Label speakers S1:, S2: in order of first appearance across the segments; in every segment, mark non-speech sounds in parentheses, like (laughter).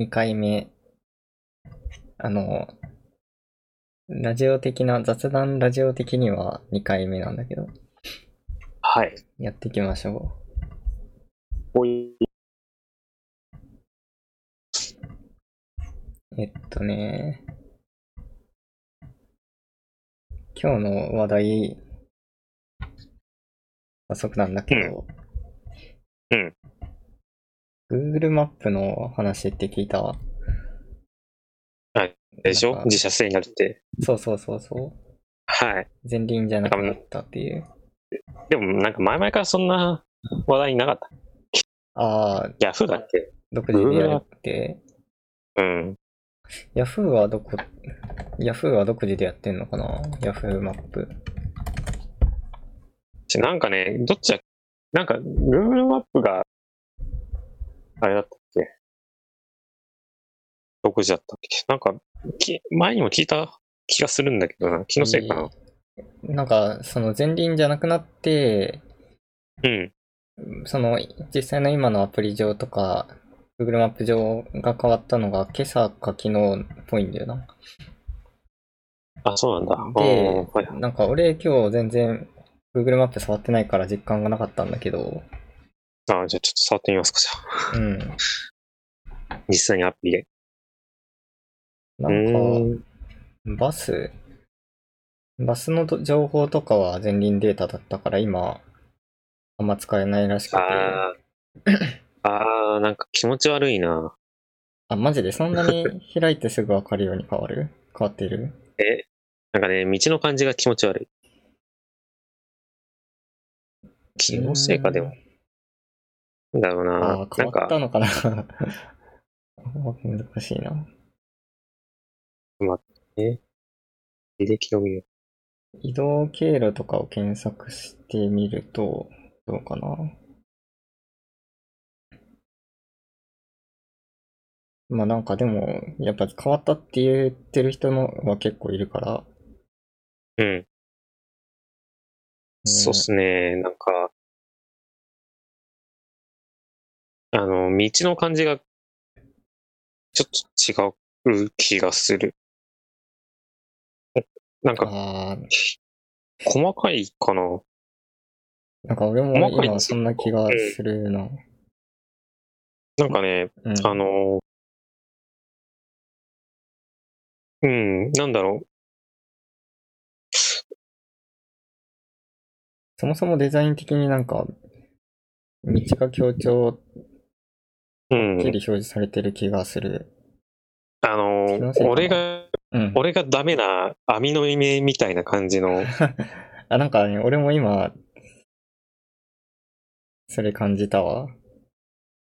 S1: 2回目、あの、ラジオ的な、雑談ラジオ的には2回目なんだけど、
S2: はい。
S1: やっていきましょ
S2: おい。
S1: う。えっとね、今日の話題、早速なんだけど、
S2: うん。
S1: Google マップの話って聞いたわ。
S2: でし
S1: なん
S2: ょ
S1: か
S2: 自社製になるって。
S1: そうそうそうそう。
S2: はい。
S1: 前輪じゃなくなったっていう。
S2: でもなんか前々からそんな話題なかった。
S1: ああ、
S2: ヤフーだっけ
S1: 独自でやるって。
S2: うん。
S1: ヤフーはどこ、ヤフーは独自でやってんのかなヤフーマップ。
S2: しなんかね、どっちだなんか Google マップが、あれだったっけ独自だったっけなんかき、前にも聞いた気がするんだけどな。気のせいかな。
S1: なんか、その前輪じゃなくなって、
S2: うん。
S1: その実際の今のアプリ上とか、Google マップ上が変わったのが今朝か昨日っぽいんだよな。
S2: あ、そうなんだ。
S1: で
S2: おーはいはい
S1: なんか俺今日全然 Google マップ触ってないから実感がなかったんだけど、
S2: あ、じゃあちょっと触ってみますか、じゃあ。
S1: うん。
S2: 実際にアプリで。
S1: な
S2: うん
S1: か、
S2: ーん。
S1: バスバスのと情報とかは前輪データだったから今、あんま使えないらしくて。あ、
S2: ああ。ああ、なんか気持ち悪いな。
S1: マジでそんなに開いてすぐわかるように変わる変わってる
S2: え、なんかね、道の感じが気持ち悪い。気のせいか、でも。。なんだろう
S1: ああ
S2: な
S1: ー、。変
S2: なん
S1: わった
S2: か、
S1: のかな (laughs) 難しいな。
S2: 履歴を見よ
S1: 移動経路とかを検索してみると、どうかな。まあなんかでも、やっぱ変わったって言ってる人もは結構いるから。
S2: う。うん。そうっすね。なんか、あの、道の感じが、ちょっと違う気がする。なんか、
S1: ああ、
S2: 細かいかな。
S1: なんか俺も
S2: 細かい
S1: 今そんな気がするな。
S2: なんかね、
S1: うん。
S2: あの、うん、なんだろ
S1: そもそもデザイン的になんか、道が強調、き
S2: う。う
S1: り
S2: ん。
S1: 表示されてる気がする。
S2: あ
S1: 気の
S2: の
S1: せいか、な
S2: 俺が、
S1: うん。
S2: 俺がダメな網の目みたいな感
S1: (laughs)
S2: じの、
S1: あ、なんかね、俺も今、それ感じたわ。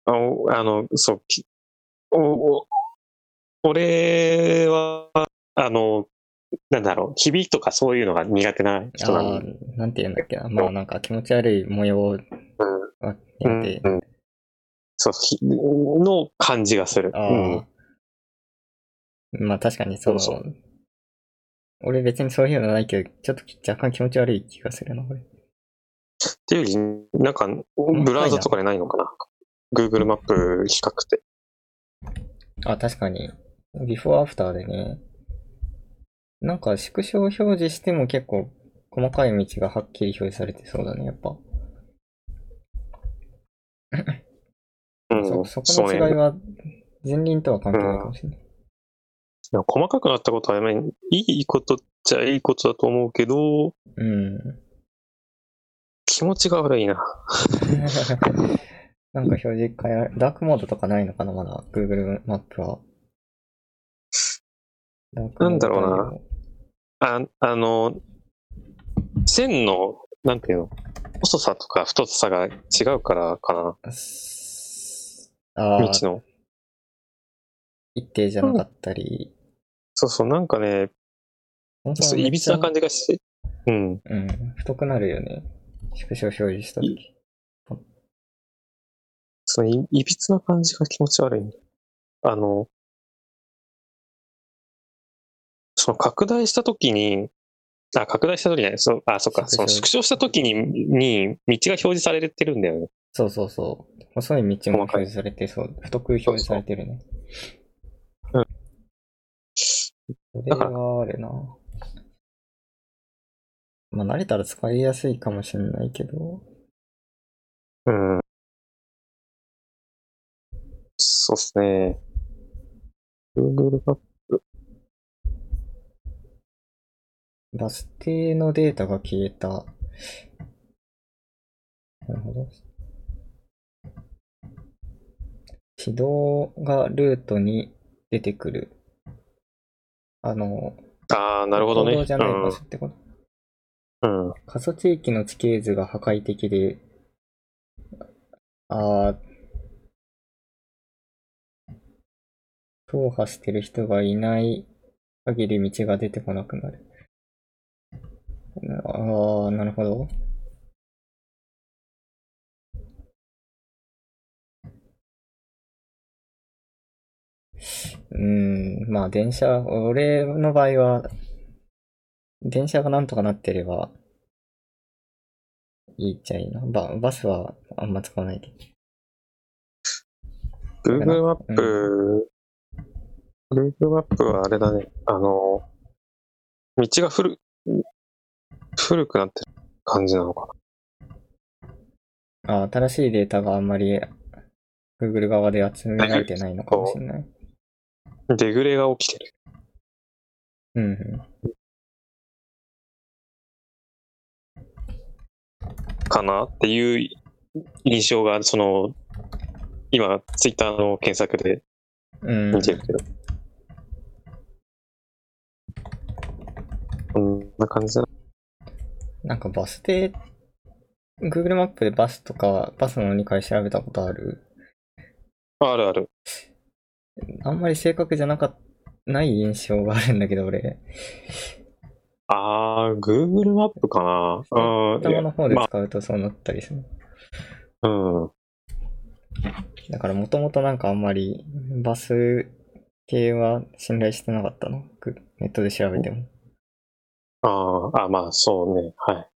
S2: あおあの、そう、きおお俺は、あの、なんだろう、ひびとかそういうのが苦手な人な
S1: ああ
S2: の。
S1: ー、なんて言うんだっけな。まあなんか気持ち悪い模様をや
S2: うん
S1: って、
S2: うんそう、ひの感じがする。う
S1: あ
S2: ん
S1: あ。まあ確かにその、
S2: そう
S1: 俺別にそういうのないけど、ちょっと若干気持ち悪い気がするな、これ。
S2: っていうより、なんか、ブラウザとかでないのかな ?Google マップ比較って。
S1: あ、確かに。ビフォーアフターでね。なんか縮小表示しても結構細かい道がはっきり表示されてそうだね、やっぱ。
S2: うん、
S1: そそこの
S2: うね
S1: 違いは前輪とは関係ないかもしれない。
S2: でも細かくなったことはやめん、いいことっちゃいいことだと思うけど、
S1: うん。
S2: 気持ちが悪いな。
S1: なんか表示変えられ、ダークモードとかないのかな、まだ、Google マップは。ダークモード
S2: なんだろうなああの、線の、なんていうの、細さとか太さが違うからか
S1: 対応。す
S2: な、
S1: ああ、
S2: 道の。
S1: 一定じゃなかったり。
S2: そうそう、なんかね、
S1: そもそ
S2: そう
S1: もめ
S2: い
S1: っ
S2: びつ
S1: ちゃ
S2: な感じがして、うん。
S1: うん、太くなるよね。縮小表示した時。
S2: そのいいびつな感じが気持ち悪い。あの、その拡大したときに、あ、拡大したときじゃない、そう、あ、そっか、その縮小したときに、に、道が表示されてるんだよね。
S1: そうそうそう。細い道も
S2: 細
S1: 表
S2: かい
S1: 示されて、そう、太く表示されてるね。それはあるな。まあ、慣れたら使いやすいかもしれないけど。
S2: うん。そうっすね。Google マップ
S1: バス停のデータが消えた。なるほど。指導がルートに出てくる。あの、
S2: ああ、なるほどね。
S1: 公道じゃない場
S2: う
S1: 所ってこと、
S2: ん。うん
S1: 過疎地域の地形図が破壊的で、あー、踏破してる人がいない限り道が出てこなくなる。あー、なるほど。うーん、まあ電車、俺の場合は、電車がなんとかなってれば、いいっちゃいいな。ババスはあんま使わないけど。
S2: Google マップ、Google マップはあれだね。あの、道が古、古くなってる感じなのか
S1: あ新しいデータがあんまり Google 側で集められてないのかもしれない。
S2: な。デグレが起きてる。
S1: うんう
S2: かなっていう印象が、その、今、ツイッターの検索で
S1: ん。う
S2: 見
S1: ん。
S2: てるけど。こんな感じだ。
S1: なんかバス停、Google マップでバスとか、バスの2回調べたことある。
S2: あるある。
S1: あんまり正確じゃなかっない印象があるんだけど、俺。
S2: あー、Google マップかな。うんい
S1: 頭
S2: や。
S1: の方で使うとそうなったりする。
S2: うん。
S1: だからもともとなんかあんまりバス系は信頼してなかったの。くネットで調べても。
S2: ああ、あまあ、そうね。はい。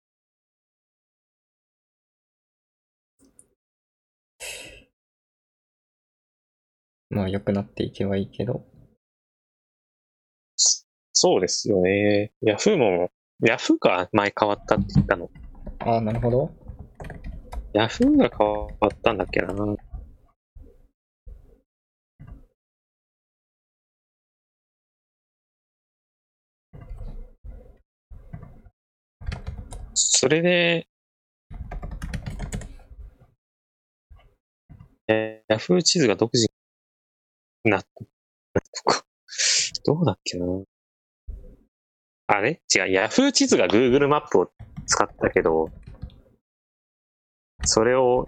S1: まあ良くなっていけばいいけど。
S2: そうですよね。ヤフーも、ヤフーが前変わったって言ったの。
S1: ああ、なるほど。
S2: ヤフーが変わったんだっけな。それで、えーヤフー地図が独自になった。どうだっけな。あれ違う。ヤフー地図が Google マップを使ったけど、それを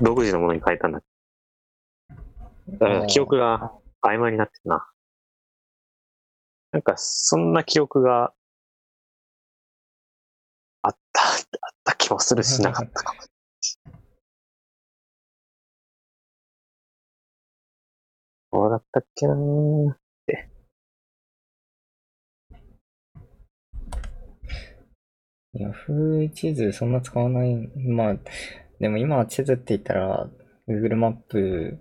S2: 独自のものに変えたんだ。だから記憶が曖昧になってるな。なんか、そんな記憶があった、あった気もするしなかったかも。どうだったっけなーって。
S1: ヤフー地図そんな使わない。まあ、でも今は地図って言ったら、Google マップ、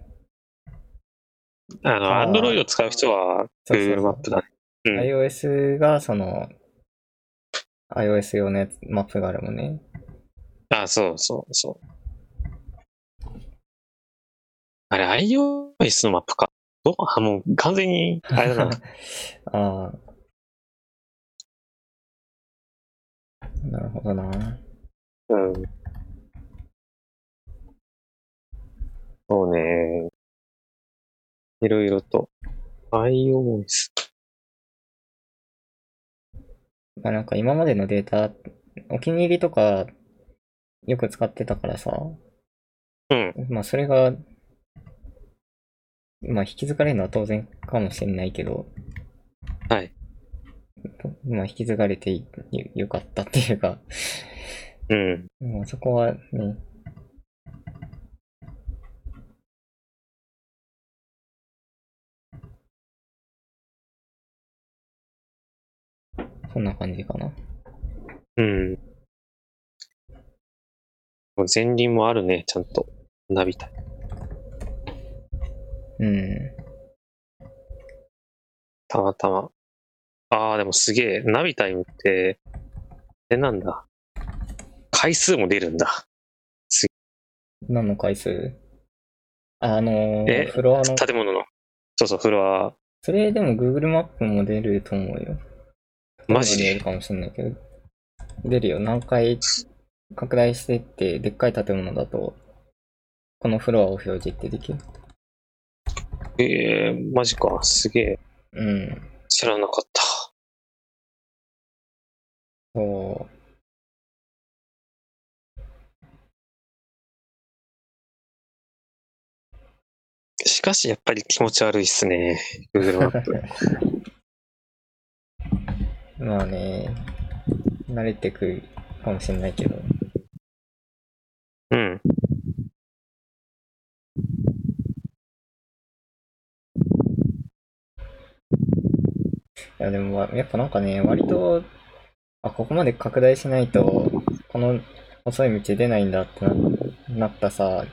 S2: あの、ア
S1: あー
S2: ンドロイド使う人は
S1: そうそうそう
S2: Google マップだね。うん
S1: iOS がその、iOS 用のやつマップがあるもんね。
S2: あ、そうそうそう。あれ、iOS のマップか。どあ、もう完全に、あれ (laughs) だな。
S1: ああ。なるほどな。
S2: うん。そうね。いろいろと。iOS。
S1: まあなんか今までのデータ、お気に入りとかよく使ってたからさ、
S2: うん。
S1: まあそれが、まあ引き継がれるのは当然かもしれないけど、
S2: はい。
S1: まあ引き継がれていよよかったっていうか、
S2: うん。
S1: まあそこはね、そんな感じかな。
S2: うん。もう前輪もあるね、ちゃんと。ナビタイ
S1: うん。
S2: たまたま。ああ、でもすげえ。ナビタイムって、え、なんだ。回数も出るんだ。
S1: 何の回数あの
S2: え
S1: ー、フロアの、
S2: 建物の。そうそう、フロア。
S1: それでも Google マップも出ると思うよ。
S2: マジ
S1: 出る
S2: で。
S1: かもしれないけど。出るよ。何回拡大してって、でっかい建物だと、このフロアを表示ってできる。
S2: ええマジか。すげえ。
S1: うん。
S2: 知らなかった。
S1: そう。
S2: しかし、やっぱり気持ち悪いっすね。Google マップ。
S1: (laughs) まあね、慣れてくるかもしれないけど。
S2: うん。
S1: いやでもわ、やっぱなんかね、割と、あ、ここまで拡大しないと、この細い道出ないんだってななったさ、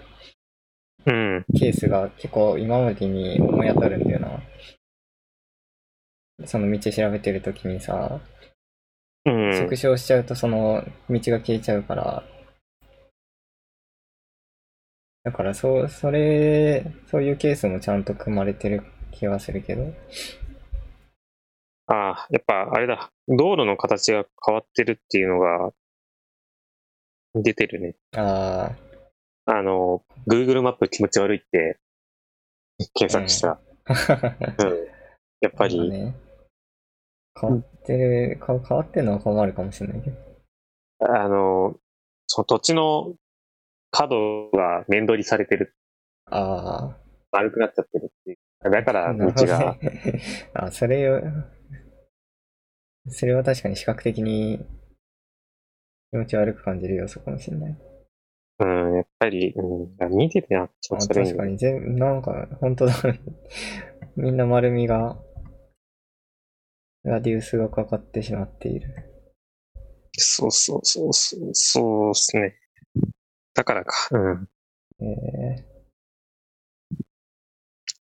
S2: うん。
S1: ケースが結構今までに思い当たるんだよな。その道調べてるときにさ、
S2: うん
S1: 縮。小しちゃうとその道が消えちゃうから。だから、そう、それ、そういうケースもちゃんと組まれてる気はするけど。
S2: ああ、やっぱ、あれだ。道路の形が変わってるっていうのが、出てるね。
S1: ああ、
S2: あの、Google マップ気持ち悪いって、検索した。うん。やっぱ
S1: なん
S2: り、
S1: かね、変わってる、か変わってるのは困るかもしれないけど。
S2: あの、その土地の角が面取りされてる。
S1: あ
S2: 丸くなっちゃってるっていう。だ
S1: あ、
S2: から、
S1: な
S2: 道
S1: るほど
S2: が、
S1: ね。 (laughs) あ、それを、それは確かに視覚的に気持ち悪く感じる要素かもしれない。
S2: うん、やっぱり、うん、見ててな、気
S1: あ
S2: 持ち悪いん
S1: 確か
S2: だよ。
S1: に、全なんか、本当だ。 (laughs) みんな丸みが、ラディウスがかかってしまっている。
S2: そうそうそうそう、そうっすね。だからか。うん。
S1: えー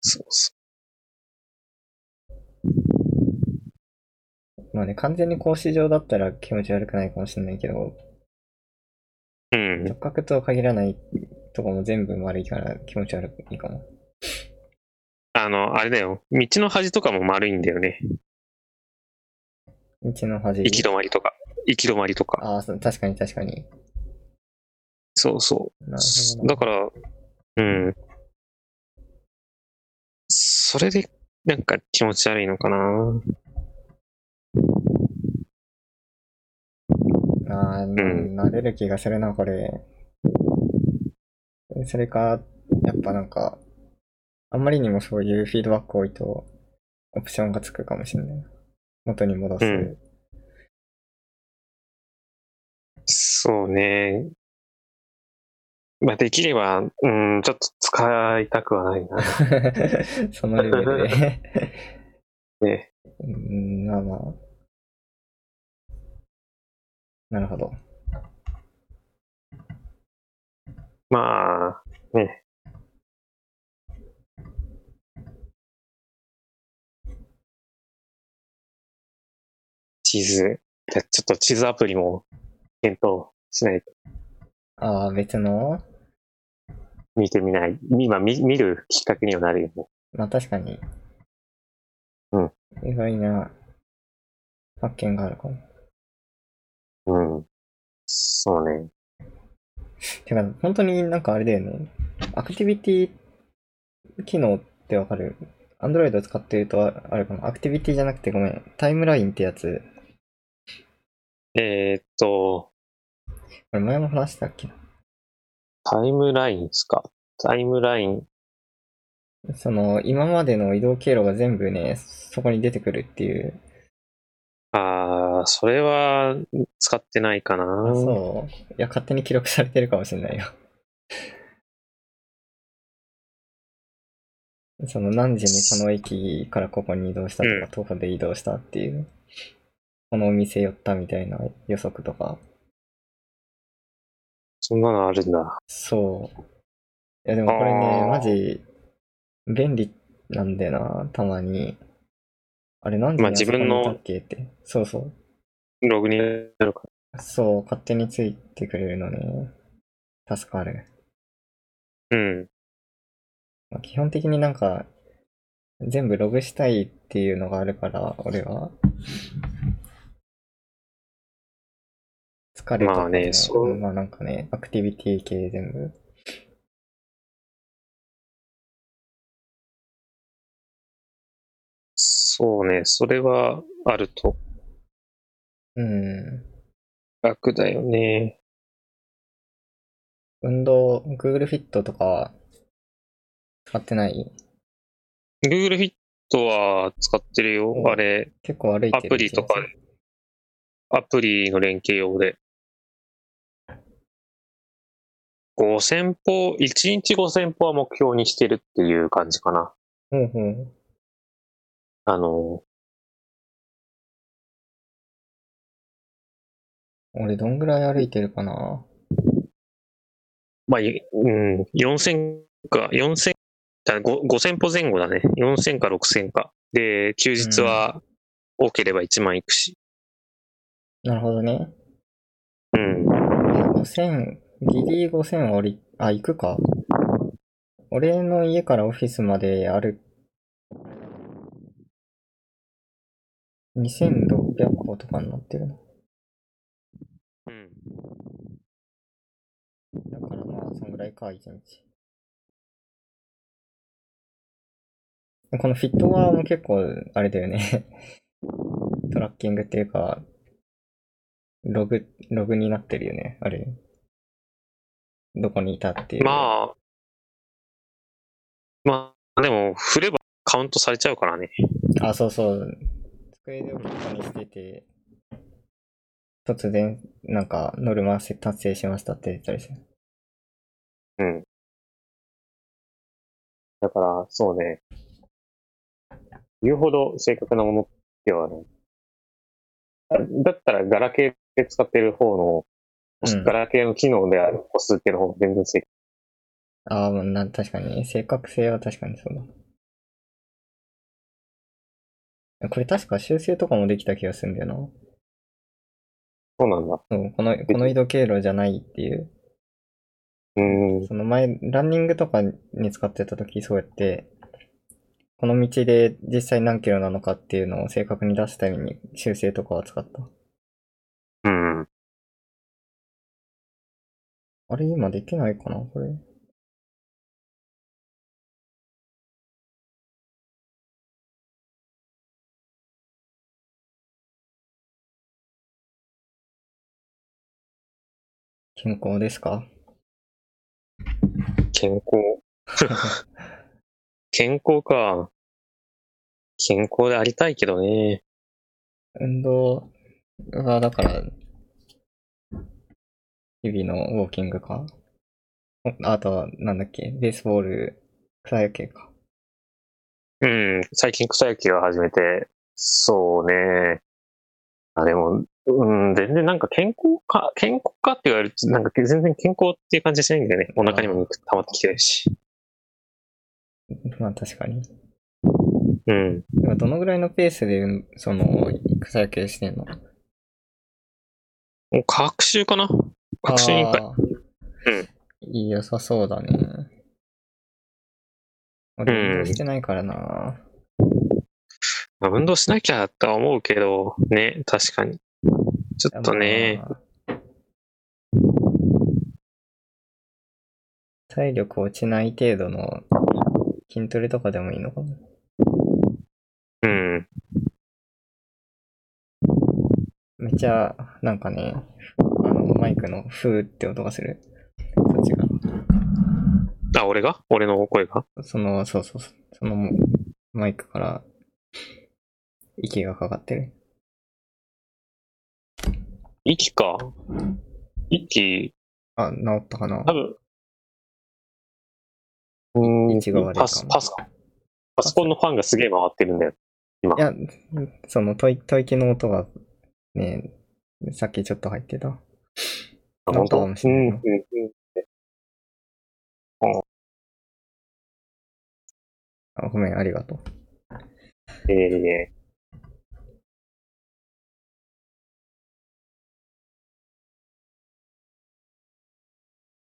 S2: そうそ
S1: まあね、完全に格子状だったら気持ち悪くないかもしれないけど、
S2: う。うん
S1: 直。角とは限らないとこも全部丸いから気持ち悪いかも。
S2: あの、あれだよ。道の端とかも丸いんだよね。
S1: 道の端。
S2: 行き止まりとか。行き止まりとか。
S1: ああ、そう確かに確かに。
S2: そうそう。
S1: なるほどな
S2: だから、うん。それで、なんか気持ち悪いのかな
S1: あー
S2: ん
S1: 慣れる気がするな、これ。それか、やっぱなんか、あんまりにもそういうフィードバック多いと、オプションがつくかもしれない。元に戻す。
S2: うんそうね。まあ、できれば、うん、ちょっと使いたくはないな。
S1: (laughs) そのレベルで。
S2: (laughs) ね。
S1: うん、まあまあ。なるほど。
S2: まあ、ね。地図。じゃあちょっと地図アプリも検討しないと
S1: ああ、別の
S2: 見てみない。今見見るきっかけにはなるよね。
S1: まあ確かに。
S2: うん。
S1: 意外な発見があるかも。
S2: うん。そうね。
S1: てか、本当になんかあれだよね。アクティビティ機能ってわかる ?Android を使ってるとああるかなアクティビティじゃなくてごめん。タイムラインってやつ。
S2: えーっと、
S1: これ前も話したっけな
S2: タイムラインですか。タイムライン。
S1: その、今までの移動経路が全部ね、そこに出てくるっていう。
S2: あー、それは使ってないかな。
S1: そう。いや、勝手に記録されてるかもしれないよ。 (laughs) その何時にこの駅からここに移動したと
S2: うん
S1: か、徒歩で移動したっていう、このお店寄ったみたいな予測とか。
S2: そんなのあるんだ。
S1: そう。いやでもこれ
S2: あ
S1: ね、
S2: ー
S1: マジ、便利なんだよな、たまに。あれなんで
S2: まあ自分の
S1: だっけって。そうそう。
S2: ログになるか
S1: そう、勝手についてくれるのね。助かる。
S2: ら。うん。
S1: まあ、基本的になんか、全部ログしたいっていうのがあるから、俺は。疲れとか
S2: まあねそう
S1: まあなんかね、アクティビティ系全部。
S2: そうね、それはあると
S1: うん。
S2: 楽だよね。
S1: 運動、Google Fit とか、使ってない
S2: Google Fit は使ってるよ
S1: う。ん
S2: あれ、
S1: 結構歩いて
S2: ア
S1: る。
S2: プリとかで。アプリの連携用で。5000歩、1日5000歩は目標にしてるっていう感じかな。
S1: ほうほう。
S2: あの、
S1: 俺どんぐらい歩いてるかな
S2: まあ、いうん、4000か、4000、だご5000歩前後だね。4000か6000か。で、休日は多ければ1万いくし。
S1: なるほどね。
S2: うん。
S1: 5000、ギリ5000はり、あ、行くか。俺の家からオフィスまである。2600歩とかになってるの。
S2: うん。
S1: だからまあ、そんぐらいか、一日。このフィットワーも結構、あれだよね。 (laughs) トラッキングっていうか、ログ、ログになってるよね、あれ。どこにいたっていう。
S2: まあ、まあ、でも、振ればカウントされちゃうからね。
S1: あ、そうそう。机で置きっぱにしてて、突然、なんか、ノルマ達成しましたって出たりする。
S2: うん。だから、そうね。言うほど正確なものではない。だだったら、ガラケーで使ってる方の、
S1: うん
S2: ガラケーの機能である歩数っていうの方が全然正確。
S1: ああ、な、確かに、正確性は確かにそうだ。これ確か修正とかもできた気がするんだよ
S2: そうなんだ。
S1: な。そう、この、この移動経路じゃないっていう。
S2: うーん。
S1: その前、ランニングとかに使ってた時、そうやって、この道で実際何キロなのかっていうのを正確に出すために修正とかは使った。
S2: うん。
S1: あれ、今できないかなこれ。健康ですか
S2: 健康。
S1: (laughs)
S2: 健康か。健康でありたいけどね。
S1: 運動は、だから、日々のウォーキングか。ああとは、なんだっけ、ベースボール、草野球か。
S2: うん。最近草野球を始めて、そうね。あ、でも、うん、全然なんか健康か、健康かって言われると、なんか全然健康っていう感じしないんだよね。お腹にも肉溜まってきてるし。
S1: まあ確かに。
S2: うん。
S1: 今どのぐらいのペースで、その、草野球してんの
S2: もう学習かな学習委員会。
S1: あー良さそうだね。俺、運動してないからな。
S2: まあ運動しなきゃとは思うけど、ね、確かに。ちょっとね、
S1: まあ。体力落ちない程度の筋トレとかでもいいのかも。
S2: うん。
S1: めっちゃ、なんかね、あの、マイクのフーって音がする。そっちが。
S2: あ、俺が俺の声が
S1: その、そうそうそう。その、マイクから、息がかかってる。
S2: 息か。息、
S1: あ、治ったかな
S2: 多分。うーん
S1: 位置が悪いかも
S2: パス、パスか。パソコンのファンがすげえ回ってるんだよ。
S1: いや、その吐息吐息の音がね、さっきちょっと入ってた。
S2: あ
S1: なんか
S2: 本当
S1: か
S2: うん、
S1: もし
S2: う
S1: れない
S2: ん、
S1: な
S2: うん。
S1: あごめん、ありがとう。
S2: ええ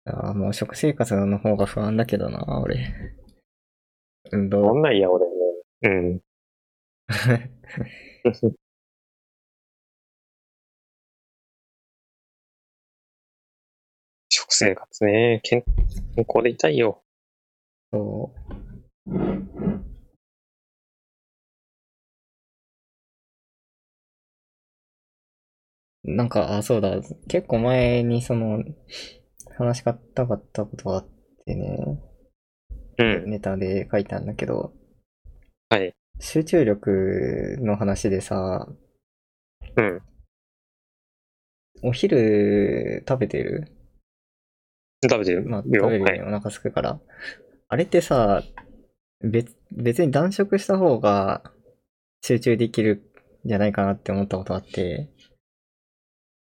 S1: ああ、もう食生活の方が不安だけどな、俺。運
S2: そ
S1: 動。
S2: んなんや、俺ね。うん。食生活ね。健健康でいたいよ。
S1: (laughs) そう。なんか、あ、そうだ。結構前にその、話し方がったことがあってね、
S2: うん。
S1: ネタで書いたんだけど、
S2: はい。
S1: 集中力の話でさ、
S2: うん。
S1: お昼食べてる
S2: 食べてるよ。
S1: まあ、食べるよ
S2: はい
S1: りお腹空くから。あれってさ、別、別に断食した方が集中できるんじゃないかなって思ったことあって、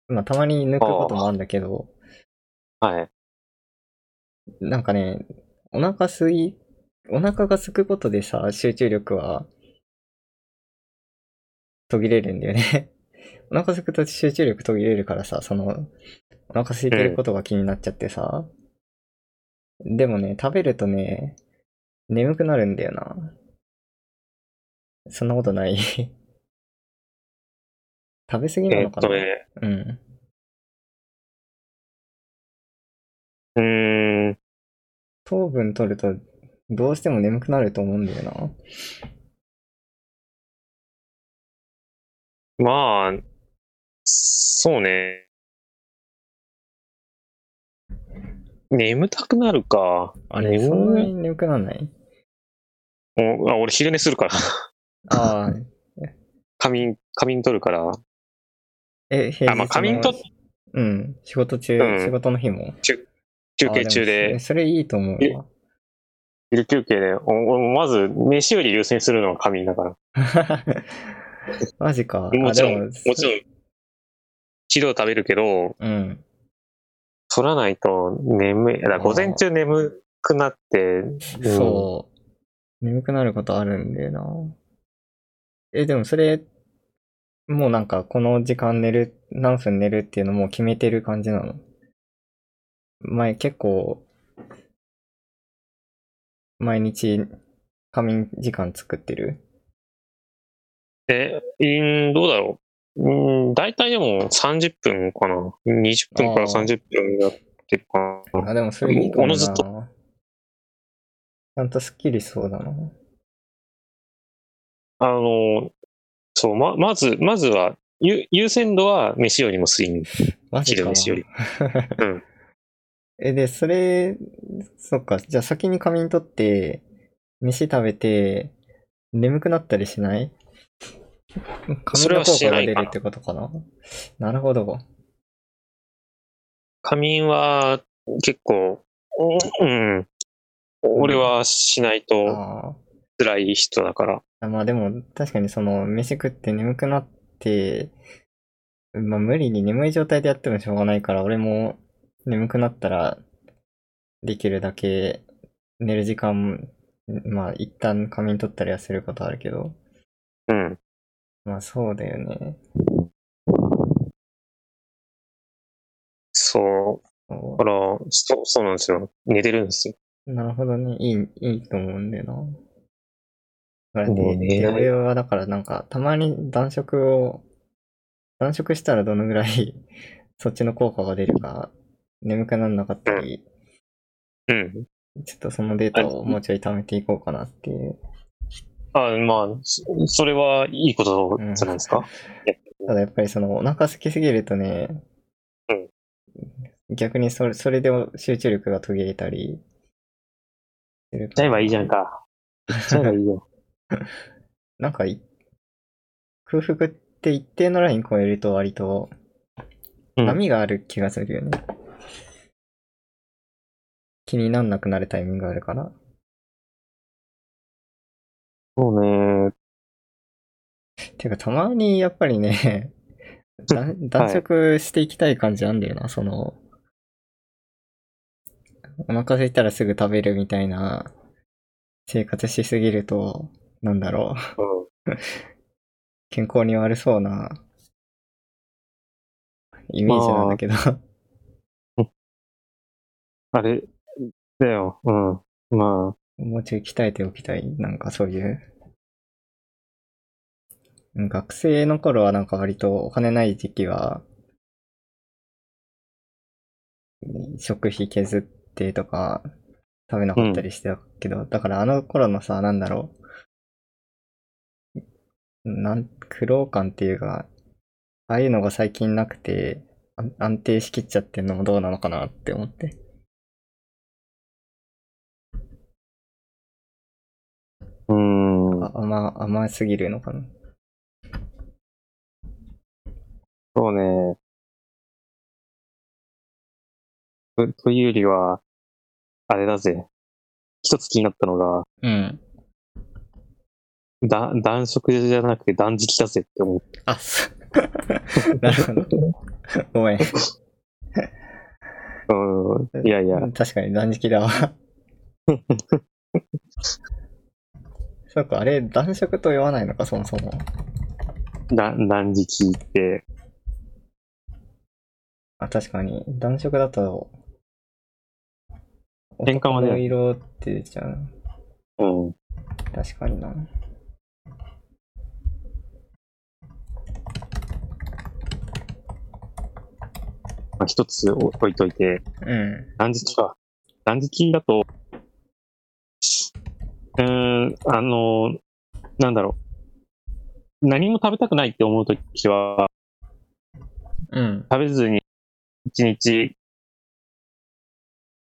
S1: まあ、たまに抜くこともあるんだけど、
S2: はい。
S1: なんかね、お腹すい、お腹が空くことでさ、集中力は途切れるんだよね。 (laughs) お腹空くと集中力途切れるからさ、その、お腹空いてることが気になっちゃってさ。でもね、食べるとね、眠くなるんだよな。そんなことない。 (laughs) 食べ過ぎな
S2: え
S1: の
S2: っ
S1: か
S2: と
S1: な、
S2: ね。
S1: うん。
S2: うーん。
S1: 糖分取ると、どうしても眠くなると思うんだよな。
S2: まあ、そうね。眠たくなるか。
S1: あれ、そんな
S2: 眠
S1: に眠くならない
S2: おあ俺、昼寝するから。
S1: ああ、
S2: 仮眠、仮眠取るから。
S1: え、平日の
S2: あまあ仮眠取っ
S1: うん、仕事中、
S2: うん
S1: 仕事の日も。
S2: 休憩中
S1: あも
S2: で、
S1: それそれいいと思うわ。
S2: 昼休憩で、おおまず、飯より優先するのが仮眠だから。
S1: マジか。
S2: もちろ
S1: あ
S2: ん、もちろん、昼を食べるけど、
S1: ん。うん。
S2: 取らないと眠い。だから午前中眠くなって、
S1: そう。眠くなることあるんだよな。え、でもそれ、もうなんか、この時間寝る、何分寝るっていうのもう決めてる感じなの前結構、毎日仮眠時間作ってる
S2: え、うん、どうだろう。うん、大体でも30分かな。20分か
S1: あ
S2: ら
S1: ー
S2: 30分やってるかな。
S1: あ、でもそれいいかも
S2: お
S1: な。
S2: のずと
S1: ちゃんとスッキリしそうだな。
S2: あの、そう、ま、まず、まずは、ゆ優先度は飯よりも睡眠。
S1: マジ
S2: 昼
S1: か。
S2: 飯より。うん。
S1: え、で、それ、そっか。じゃあ先に仮眠取って、飯食べて、眠くなったりしない仮
S2: そ
S1: 眠
S2: れ
S1: の
S2: は
S1: 効
S2: し
S1: 果が
S2: ない
S1: 出
S2: かな
S1: るってことかななるほど。
S2: 仮眠は結構、うん、うん俺はしないと
S1: あ
S2: 辛い人だから。
S1: あ。まあでも、確かにその、飯食って眠くなって、まあ無理に眠い状態でやってもしょうがないから、俺も眠くなったら、できるだけ寝る時間、まあ一旦仮眠取ったりはすることあるけど、
S2: うん。
S1: まあそうだよね。
S2: そう。
S1: そ
S2: だから、そそうなんですよ。寝てるんですよ。
S1: うなるほどね。いい、いいと思うんだよな。だから
S2: も
S1: で、
S2: うね
S1: で俺はだからなんか、たまに断食を、断食したらどのぐらい、 (laughs) そっちの効果が出るか、眠くならなかったり、
S2: うん。
S1: ちょっとそのデータをもうちょい貯めていこうかなっていう。
S2: あまあ、そそれはいいことじゃないですか。
S1: (laughs) ただやっぱりそのお腹空きすぎるとね、
S2: うん
S1: 逆にそれそれで集中力が途切れたりする
S2: 行っちゃ
S1: ら
S2: えばいいじゃんか。行っちゃえばいいよ。
S1: なんかい空腹って一定のライン超えると割と
S2: うん
S1: 波がある気がするよね、気になんなくなるタイミングがあるから
S2: そうね。
S1: てかたまにやっぱり
S2: (laughs)
S1: ね断断食していきたい感じなんだよな、そのお腹空いたらすぐ食べるみたいな生活しすぎるとなんだろう
S2: うん
S1: 健康に悪そうなイメージなんだけど、
S2: あれ、だよ、うん。ま
S1: もうちょい鍛えておきたい。なんかそういう。うん学生の頃はなんか割とお金ない時期は、食費削ってとか食べなかったりしてたけど、だからあの頃のさ、なんだろう。なん、苦労感っていうか、ああいうのが最近なくて、安安定しきっちゃってんのもどうなのかなって思って。
S2: あ、うん。
S1: あ甘、甘すぎるのかな。
S2: そうね。とというよりは、あれだぜ。一つ気になったのが、
S1: うん。
S2: だ断食じゃなくて断食だぜって思っ
S1: あ、そ (laughs) なるほど。ごめん。
S2: た。うん。いやいや。
S1: 確かに断食だわ。そうか、あれ、断食と言わないのか、そもそも。
S2: だ断食って、
S1: あ、確かに。断食だと、
S2: 変換はね
S1: 男の色って出ちゃう。
S2: うん。
S1: 確かにな。
S2: まあ、一つ置いといて、
S1: うん。
S2: 断食か。断食だと、うーん、あの、なんだろう。何も食べたくないって思うときは、
S1: うん。
S2: 食べずに、一日、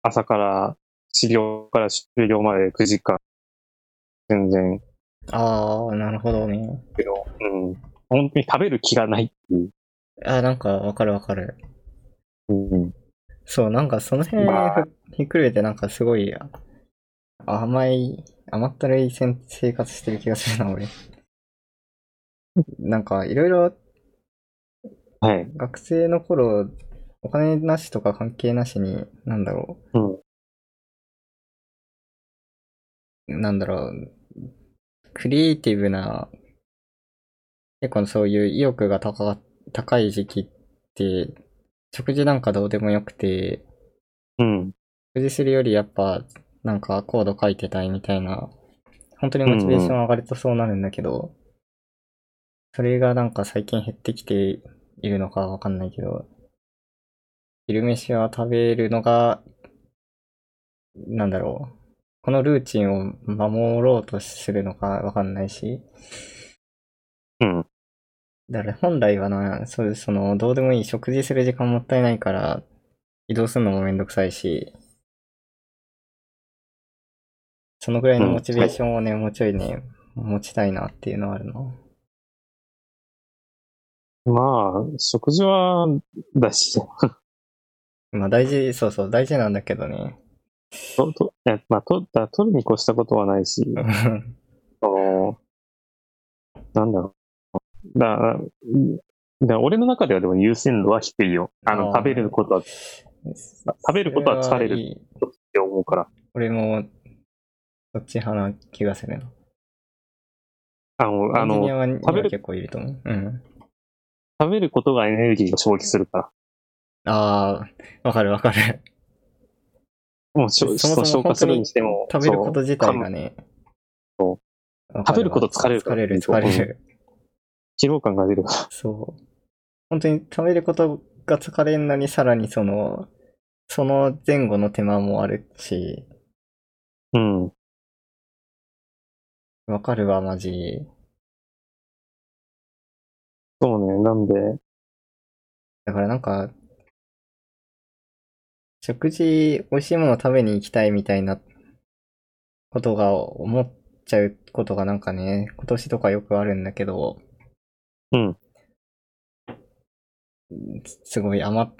S2: 朝から、始業から終了まで9時間、全然、
S1: あー、なるほどね。
S2: けど、うん。本当に食べる気がないっていう。
S1: あ、なんか、わかるわかる。
S2: うん。
S1: そう、なんかその辺
S2: まあ
S1: ふひっくるめてなんかすごいあ甘い、甘ったるいせん生活してる気がするな、俺。なんかいろいろ
S2: はい。
S1: 学生の頃、お金なしとか関係なしに、なんだろう。なんだろう。クリエイティブな、結構そういう意欲が高か高い時期って、食事なんかどうでもよくて、
S2: うん。
S1: 食事するよりやっぱ、なんかコード書いてたいみたいな、本当にモチベーション上がるとそうなるんだけど、それがなんか最近減ってきているのかわかんないけど、昼飯は食べるのが、なんだろう、このルーチンを守ろうとするのかわかんないし、
S2: うん。
S1: だから本来はな、そう、その、どうでもいい食事する時間もったいないから、移動するのもめんどくさいし、そのぐらいのモチベーションをね、もうちょいね、持ちたいなっていうのはあるな。
S2: まあ、食事は、だし、
S1: まあ大事、そうそう、大事なんだけどね。
S2: と、と、えまあ、と、だ、取るに越したことはないし、あの、なんだろう。だ、だ俺の中ではでも優先度は低いよ。あの、
S1: あー
S2: 食べることはって (laughs) 食べることは疲れる
S1: そいい
S2: 思うから。
S1: 俺も、そっち派な気がするな。
S2: あの、あ
S1: エンジニ
S2: の
S1: ア、はに
S2: 食べる
S1: は結構いると思う。うん。
S2: 食べることがエネルギーを消費するから。
S1: ああ、わかるわかる。
S2: もうしょ、
S1: そもそも
S2: 消化するにしても。
S1: 食べること自体が
S2: ね。
S1: ね。
S2: そ
S1: わかわ
S2: 食べること疲れるか
S1: 疲
S2: ら
S1: れる、疲れる。
S2: 疲労感が出るから。
S1: そう。本当に食べることが疲れるのに、さらにその、その前後の手間もあるし、
S2: うん。
S1: わかるわ、マジ。
S2: そうね。なんで、
S1: だからなんか、食事、美味しいもの食べに行きたいみたいなことが思っちゃうことがなんかね、今年とかよくあるんだけど、
S2: うん。
S1: すごい甘、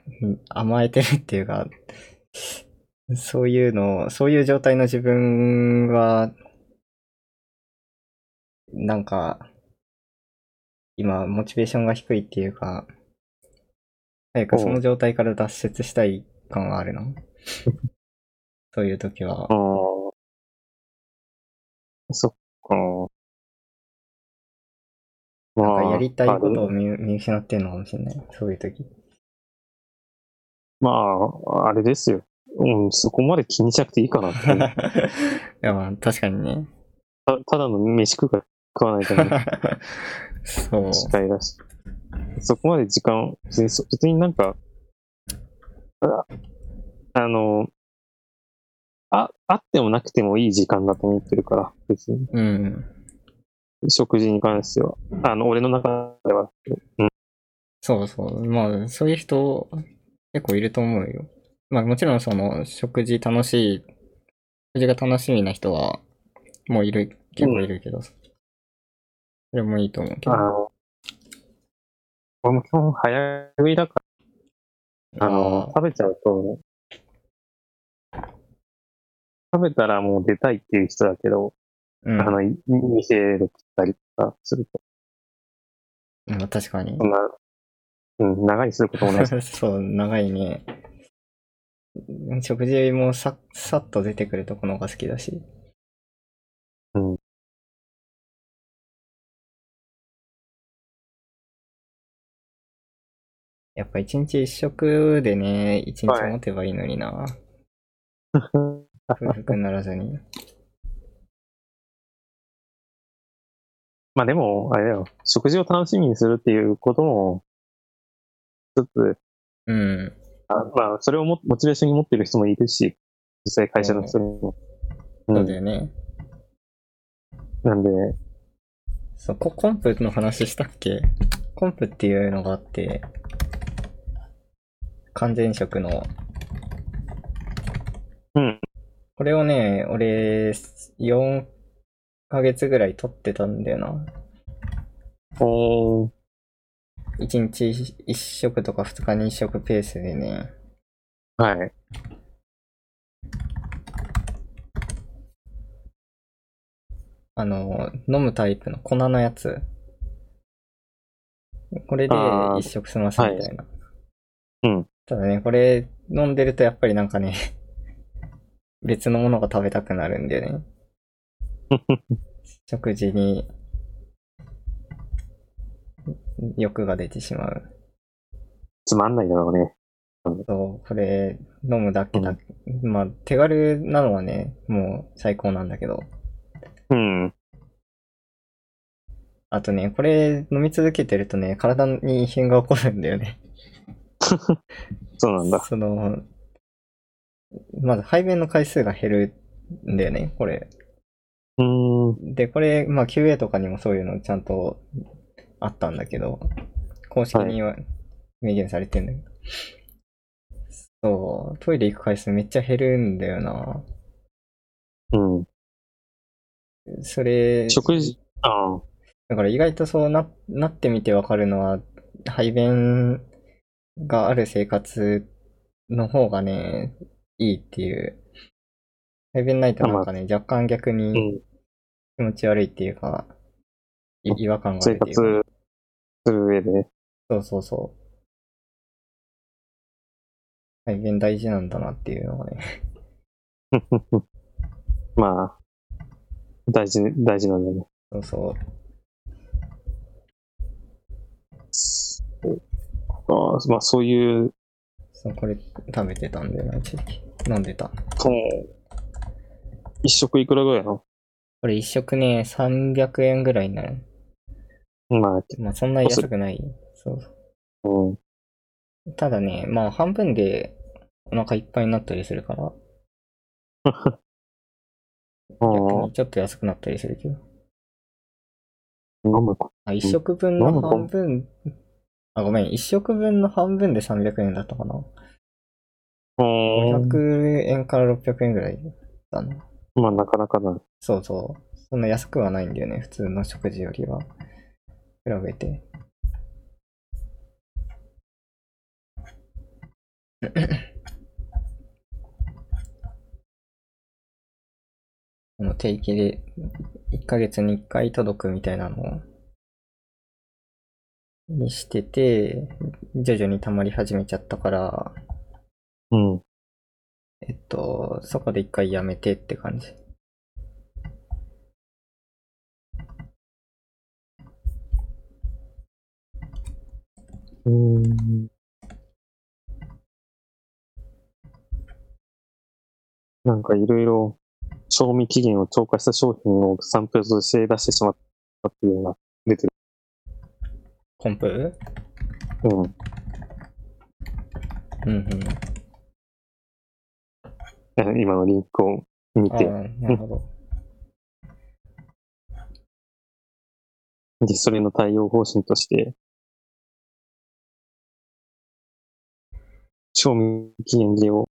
S1: 甘えてるっていうか、そういうの、そういう状態の自分は、なんか、今、モチベーションが低いっていうか、早くその状態から脱出したい感はある
S2: (laughs)
S1: な。そういう時は
S2: あ。ーそっか。
S1: なん
S2: ま
S1: か
S2: あ
S1: やりたいことを見見失
S2: (laughs)
S1: ってるのかもしれない。そういう時。
S2: まあ、あれですよ。うん、そこまで気にしなくていいか
S1: (laughs)
S2: なっていう。
S1: いや、まあ、確かにね。
S2: たただの飯食うか食わないかの
S1: そう。
S2: 違いだし。そこまで時間、別にそ別になんか、ああの、あ、あってもなくてもいい時間だと思ってるから、別に。
S1: うん。
S2: 食事に関しては。あの、俺の中では。
S1: そうそう。まあ、そういう人、結構いると思うよ。まあ、もちろん、その、食事楽しい、食事が楽しみな人は、もういる、結構いるけど、それもいいと思うけ
S2: あ
S1: ど。
S2: の、俺も基本早食いだから、あの、食べちゃうと、食べたらもう出たいっていう人だけど、
S1: うん、
S2: あの、い店で食ったりとかすると、
S1: まあ確かに
S2: そ。んな、うん、長いすることもない
S1: (laughs)
S2: し
S1: そう、長いね。食事もさ、さっと出てくるとこの方が好きだし。
S2: うん。
S1: やっぱ一日一食でね、一日
S2: はい
S1: 持てばいいのにな。空腹にならずに。
S2: まあでも、あれだよ、食事を楽しみにするっていうことも、一つ、
S1: うん。
S2: あまあ、それをもモチベーションに持ってる人もいるし、実際会社の人にも。う
S1: そうんだよね。
S2: なんで、
S1: そうコ、コンプの話したっけコンプっていうのがあって、完全食の。
S2: うん。
S1: これをね、俺、4ヶ月ぐらい取ってたんだよな。
S2: おー、
S1: 1日1食とか2日に1食ペースでね。
S2: はい。
S1: あの、飲むタイプの粉のやつ。これで
S2: あー
S1: 一食済ませみたいな。
S2: うん
S1: ただね、これ飲んでるとやっぱりなんかね、 (laughs) 別のものが食べたくなるんだよ
S2: (laughs)
S1: ね。食事に欲が出てしまう。
S2: つまんないだろうね。
S1: そう、これ、飲むだけだ、まあ、手軽なのはね、もう最高なんだけど。
S2: うん。
S1: あとね、これ飲み続けてるとね、体に異変が起こるんだよね。
S2: そうなんだ。
S1: その、まず排便の回数が減るんだよね、これ。
S2: うーん。
S1: で、これ、まあ QA とかにもそういうのちゃんとあったんだけど、公式には明言されてんだけど。そう、トイレ行く回数めっちゃ減るんだよな。
S2: うん。
S1: それ、
S2: 食事、ああ、
S1: だから意外とそうな、なってみてわかるのは、排便がある生活の方がね、いいっていう。排便ないとなんかね、若干逆
S2: う
S1: に
S2: ん。
S1: 気持ち悪いっていうか、い違和感があ
S2: 生
S1: るっていうか。
S2: 活する上でね。
S1: そうそうそう。排便大事なんだなっていうのがね。
S2: まあ、大事、大事なんだね。
S1: そうそう。
S2: ああまあ、そういう、
S1: そうこれ食べてたんだよな、一時飲んでた。
S2: この一食いくらぐらいなの
S1: これ一食ね、300円ぐらいになる。
S2: まあ、
S1: まあそんな安くない。そう
S2: うん。
S1: ただね、まあ半分でお腹いっぱいになったりするから、逆
S2: あ
S1: にちょっと安くなったりするけど。
S2: あ、飲むか。
S1: あ、一食分の半分、あ、ごめん、一食分の半分で300円だったかな。
S2: うん。
S1: 500円から600円ぐらいだな。
S2: まあ、なかなかな。
S1: そうそう。そんな安くはないんだよね、普通の食事よりは。比べて。 (coughs) この定期で1ヶ月に1回届くみたいなのをにしてて、徐々に溜まり始めちゃったから、
S2: うん。
S1: えっと、そこで一回やめてって感じ。
S2: うん。なんかいろいろ、賞味期限を超過した商品をサンプルとして出してしまったっていうような、
S1: コンプ
S2: うん。
S1: うんうん。
S2: 今のリンクを見
S1: ああ
S2: て、
S1: ー、なるほど。
S2: で、それの対応方針として、賞味期限切れを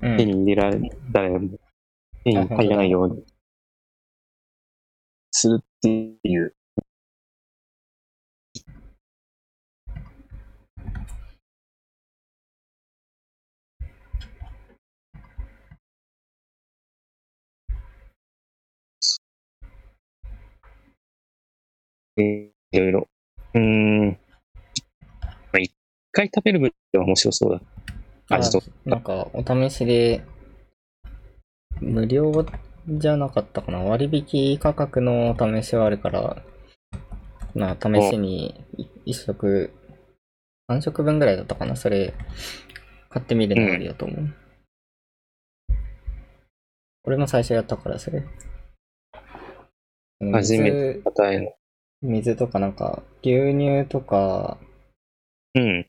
S1: うん
S2: 手に入れられ、誰でも手に入らないようにするっていう。えーいろいろ。うーん。まあ一回食べる分では面白そうだ。味と。
S1: あなんか、お試しで、無料じゃなかったかな。割引価格のお試しはあるから、まあ、試しに1食、3食分ぐらいだったかな。それ、買ってみるのがいいだと思う。俺も最初やったから、それ。
S2: 初め
S1: 水
S2: 硬いの。
S1: 水とかなんか、牛乳とか、
S2: うん。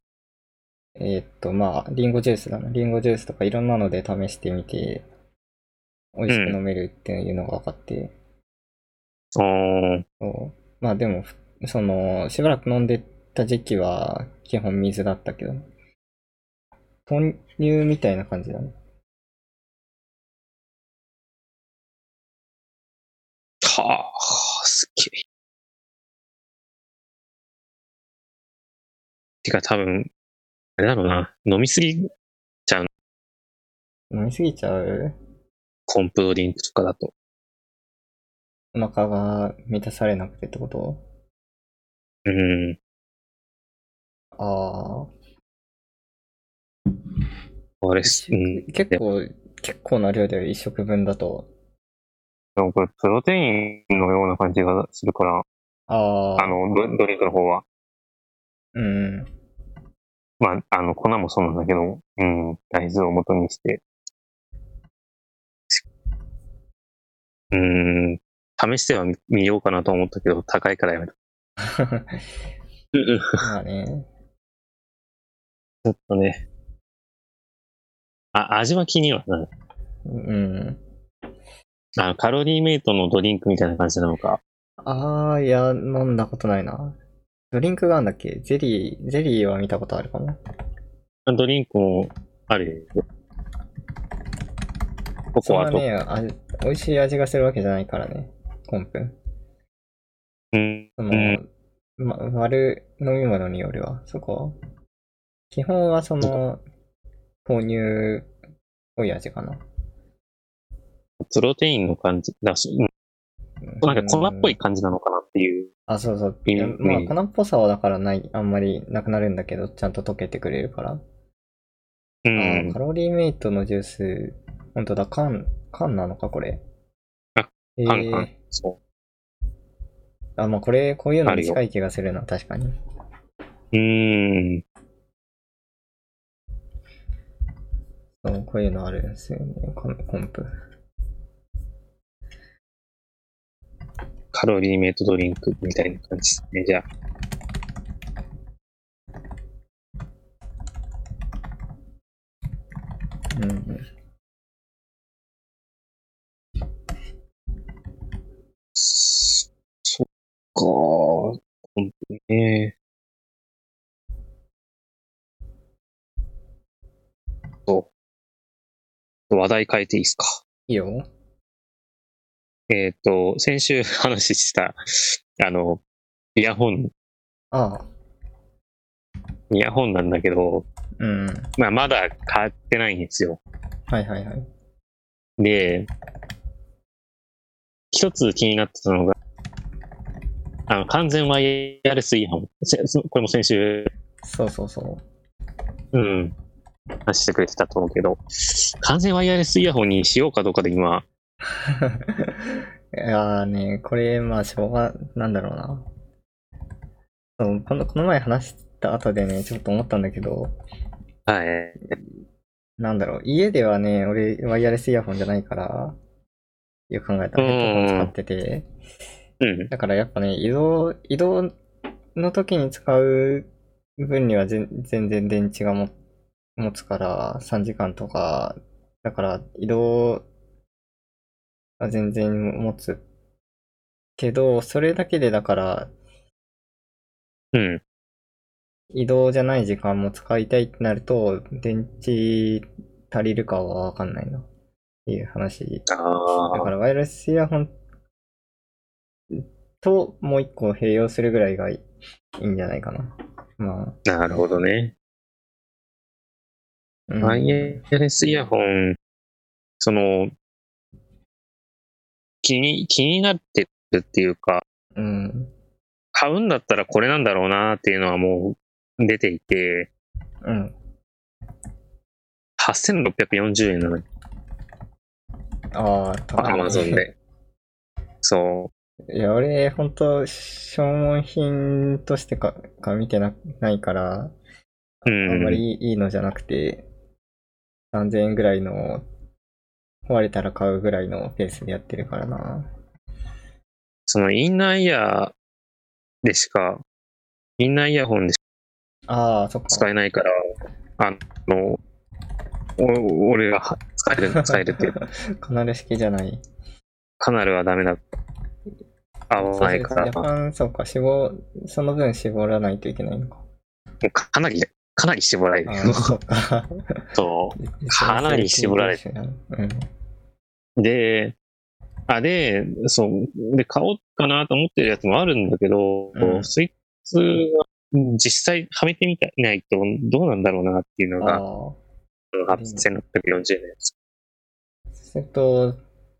S1: えーっと、まあ、リンゴジュースだな。リンゴジュースとかいろんなので試してみて、美味しく飲めるっていうのが分かって、
S2: あー
S1: そうまあでも、ふその、しばらく飲んでた時期は基本水だったけど、豆乳みたいな感じだね。
S2: はあ、すっげえ。てか多分、あれだろうな。飲みすぎ、
S1: 飲みすぎちゃう
S2: コンプドリンクとかだと。
S1: お腹が満たされなくてってこと
S2: うん。
S1: あ
S2: あれす、うん。
S1: あ、結構、結構な量だよ、一食分だと。
S2: なんかプロテインのような感じがするから、
S1: ああ、
S2: あの、ドドリンクの方は。
S1: うん。
S2: まあ、あの、粉もそうなんだけど、うん、大豆を元にして。うん、試してはみ見ようかなと思ったけど、高いからやめた。
S1: まあね。
S2: ちょっとね。あ、味は気にはなる。
S1: うん。
S2: あの、カロリーメイトのドリンクみたいな感じなのか。
S1: あー、いや、飲んだことないな。ドリンクがあるんだっけゼリー、ゼリーは見たことあるかな。
S2: ドリンクもあるよ。コ
S1: そ
S2: コ
S1: ん
S2: ア
S1: な
S2: と。
S1: ね、あ美味しい味がするわけじゃないからね。コンプン。
S2: うん。
S1: そうの
S2: ん、
S1: ま、割る飲み物によるわ。そこ基本はその、豆乳っぽい味かな。
S2: プロテインの感じだし、うんなんか粉っぽい感じなのかなっていう。
S1: あ、そうそう。
S2: いい
S1: いや
S2: ね
S1: まあ、粉っぽさはだからない、あんまりなくなるんだけど、ちゃんと溶けてくれるから。
S2: う
S1: あ
S2: ん
S1: ー。カロリーメイトのジュース、本当だ、缶、缶なのか、これ。
S2: あ、
S1: えー、
S2: 缶缶そ
S1: あ、まあ、これ、こういうの
S2: ある
S1: に
S2: よ
S1: 近い気がするな、確かに。
S2: う。うん。
S1: そう、こういうのあるんですよね、コンコンプ。
S2: カロリーメイトドリンクみたいな感じですね。じゃあ。
S1: うんうん。
S2: そっかー、本当にね。そう。話題変えていいですか。
S1: いいよ。
S2: えっ、と、先週話しした、あの、イヤホン、
S1: ああ、
S2: イヤホンなんだけど、
S1: うん。は
S2: まあ、まだ買ってないんですよ。
S1: いはいはい。
S2: で、一つ気になってたのが、あの、完全ワイヤレスイヤホン。せこれも先週
S1: そうそう (laughs) そう。
S2: うん。話してくれてたと思うけど、完全ワイヤレスイヤホンにしようかどうかで今、
S1: いやーね、これ、まあ、しょうが、なんだろうな。そうこのこの前話した後でね、ちょっと思ったんだけど、
S2: はい。
S1: なんだろう、家ではね、俺、ワイヤレスイヤホンじゃないから、よく考えたら
S2: うん
S1: ヘッドホン使ってて、
S2: うん。
S1: だからやっぱね、移動、移動の時に使う分には全全然電池がも持つから、3時間とか、だから移動は全然持つけど、それだけでだから、
S2: うん。
S1: 移動じゃない時間も使いたいってなると、電池足りるかはわかんないな。っていう話。
S2: あ
S1: だ
S2: あ
S1: か。らワイヤレスイヤホンともう一個併用するぐらいがいいんじゃないかな。まあ。
S2: なるほどね。
S1: うん
S2: ワイヤレスイヤホン、その、気に、気になってるっていうか、
S1: うん。
S2: 買うんだったらこれなんだろうなっていうのはもう出ていて、
S1: うん。
S2: 8640円なのよ、
S1: ああ、
S2: アマゾン。で。そ
S1: いや、俺、ほんと、消耗品としてか、か見てなないから、
S2: う。う
S1: あんま
S2: ん。
S1: りいいのじゃなくて、3000円ぐらいの、壊れたら買うぐらいのペースでやってるからな。
S2: そのインナーイヤーでしか、インナーイヤホンでしか
S1: ああ、そっか。
S2: 使えないから、あの、お俺が使え
S1: (laughs)
S2: る、使えるっていうか、
S1: カナル式じゃない。
S2: カナルはダメだ。合わないから。
S1: 若干、そうか、絞、その分絞らないといけないのか。
S2: もうかなり、かなり絞られる
S1: あ。あ、そうか。
S2: そ (laughs) かなり絞られ
S1: てる。うん。
S2: う。で、あ、で、そう、で、買おうかなと思ってるやつもあるんだけど、
S1: うん
S2: スイッツはうん実際はめてみたいないとどうなんだろうなっていうの
S1: あ
S2: が、
S1: あ。
S2: 8640円のやつ。
S1: すると、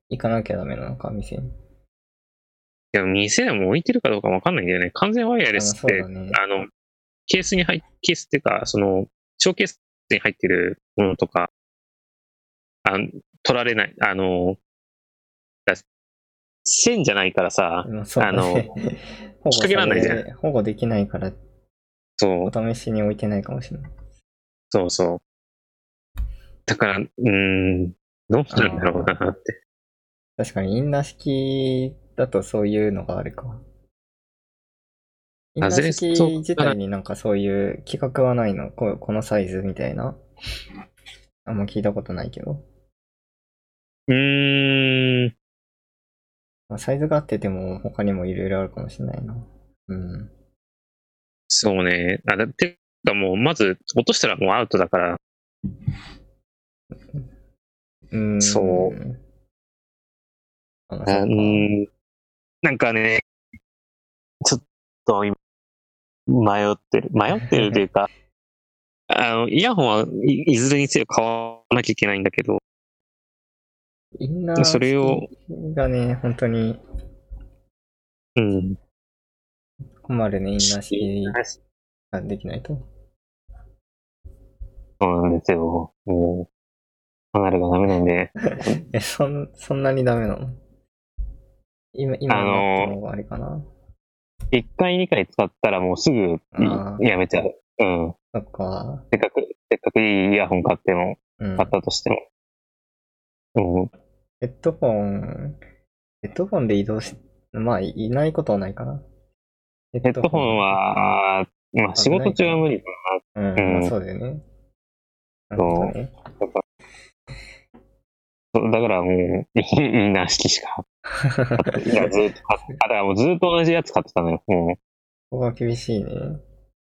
S1: 行かなきゃダメなのか、店に。
S2: でも店でも置いてるかどうかわかんないんだよね。完全ワイヤレスっ
S1: あ
S2: て
S1: そ、うだね。
S2: あの、ケースに入っ、ケースっていうか、その、ショーケースに入ってるものとか、あの取られない、あの、だ線じゃないからさ、
S1: まあそうだね
S2: あの
S1: (laughs) 保護
S2: 引っ掛けらんないじゃん
S1: され保護できないから、
S2: そう
S1: お、試しに置いてないかもしれない。
S2: そうそう。だから、うーん、どうなんだろうなって。
S1: 確かに、インナー式だとそういうのがあるか。インナ
S2: あ
S1: ー
S2: 全然
S1: 式自体になんかそういう規格はないのここのサイズみたいな。あんま聞いたことないけど。
S2: うーん、
S1: まあ、サイズがあってても他にもいろいろあるかもしれないな。うん。
S2: そうね。あだってかもう、まず、落としたらもうアウトだから、
S1: うん。。
S2: そう
S1: あの、
S2: あう
S1: そ
S2: ーんなんかね、ちょっと今、迷ってる。迷ってると (laughs) いうか、あの、イヤホンはいいずれにせよ買わなきゃいけないんだけど、
S1: うかインナー
S2: それを
S1: 式がね、本当に
S2: うん。
S1: 困るね、インナー式
S2: そ
S1: ができないと。
S2: うなんですよ。もう、離れがダメなんで。
S1: (laughs) え、そん、そんなにダメなの今、今
S2: あのー
S1: ののがあれかな。
S2: 1回2回使ったらもうすぐ
S1: あー
S2: やめちゃう。うん。
S1: そっか。
S2: せっかく、せっかくいいイヤホン買っても、
S1: うん
S2: 買。ったとしても。うん。
S1: ヘッドホン、ヘッドホンで移動し、まあ、いいないことはないかな。ヘ
S2: ヘッドホン、は、まあ仕事中は無理だ
S1: うん、
S2: う
S1: ま
S2: ん
S1: あそうだよね。なる
S2: そう
S1: ほど (laughs) ね。
S2: そうだからもう、いいいな式しか。いや、ずっと買って、あ、だからもうずっと同じやつ買ってたのよ。も
S1: ここが厳しいね。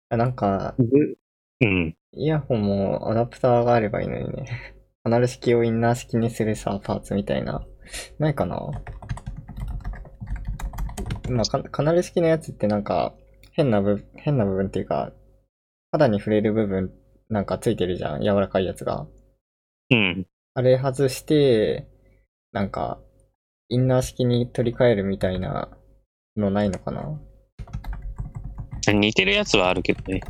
S1: あ、なんか、
S2: う。ずうん。
S1: イヤホンもアダプターがあればいいのにね。 (laughs) カナル式をインナー式にするさ、パーツみたいな。ないかなまあ、カカナル式のやつってなんか、変な部、変な部分っていうか、肌に触れる部分なんかついてるじゃん。柔らかいやつが。
S2: うん。
S1: あれ外して、なんか、インナー式に取り替えるみたいなのないのかな
S2: 似てるやつはあるけどね。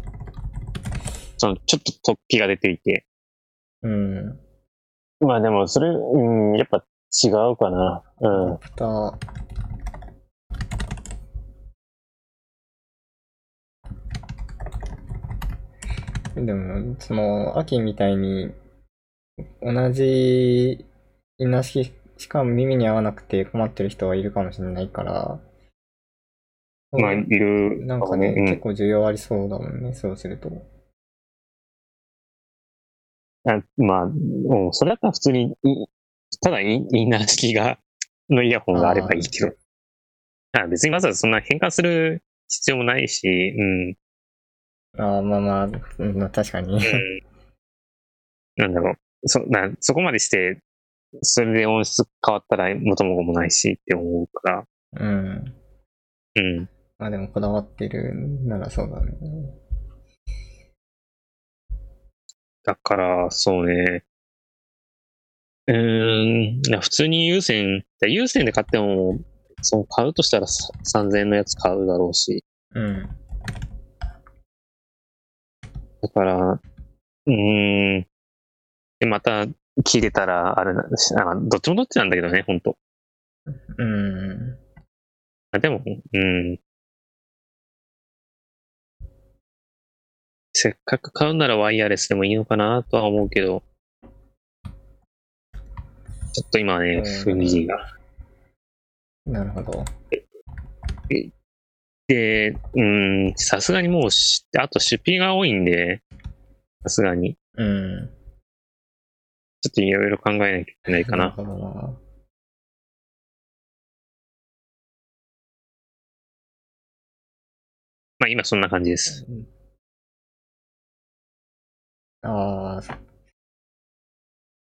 S2: その、ちょっと突起が出ていて。
S1: うん。
S2: まあでも、それ、うん、やっぱ違うかな。
S1: ア
S2: う
S1: ダ
S2: ん。
S1: プター。でも、その、秋みたいに、同じ、いなし、しかも耳に合わなくて困ってる人はいるかもしれないから、
S2: まあ、いる。
S1: なんかね、結構需要ありそうだもんね、そうすると。
S2: うんあまあ、うん、それだったら普通に、いただインインナー式が、のイヤホンがあればいいけど。あ別にまずはそんな変換する必要もないし、うん。
S1: ああ、まあまあ、うんまあ確かに。
S2: うんなんだろう。そ、な、そこまでして、それで音質変わったら元も子もないしって思うから。
S1: うん。
S2: うん。
S1: まあでもこだわってるならそうだね。
S2: だから、そうね。うーん。いや普通に有線、いや有線で買っても、その買うとしたらさ3000円のやつ買うだろうし。
S1: うん。
S2: だから、うーん。で、また、切れたら、あれなんです。なんかどっちもどっちなんだけどね、ほんと。
S1: うん。
S2: あ、でも、うん。せっかく買うならワイヤレスでもいいのかなとは思うけど、ちょっと今ね、
S1: う
S2: 不
S1: ん
S2: 利が。
S1: なるほど。
S2: で、うん、さすがにもうし、あと出費が多いんで、さすがに、
S1: うん。
S2: ちょっといろいろ考えなきゃいけないか
S1: なる
S2: な。
S1: ほどな。
S2: まあ今そんな感じです。
S1: ああ、そ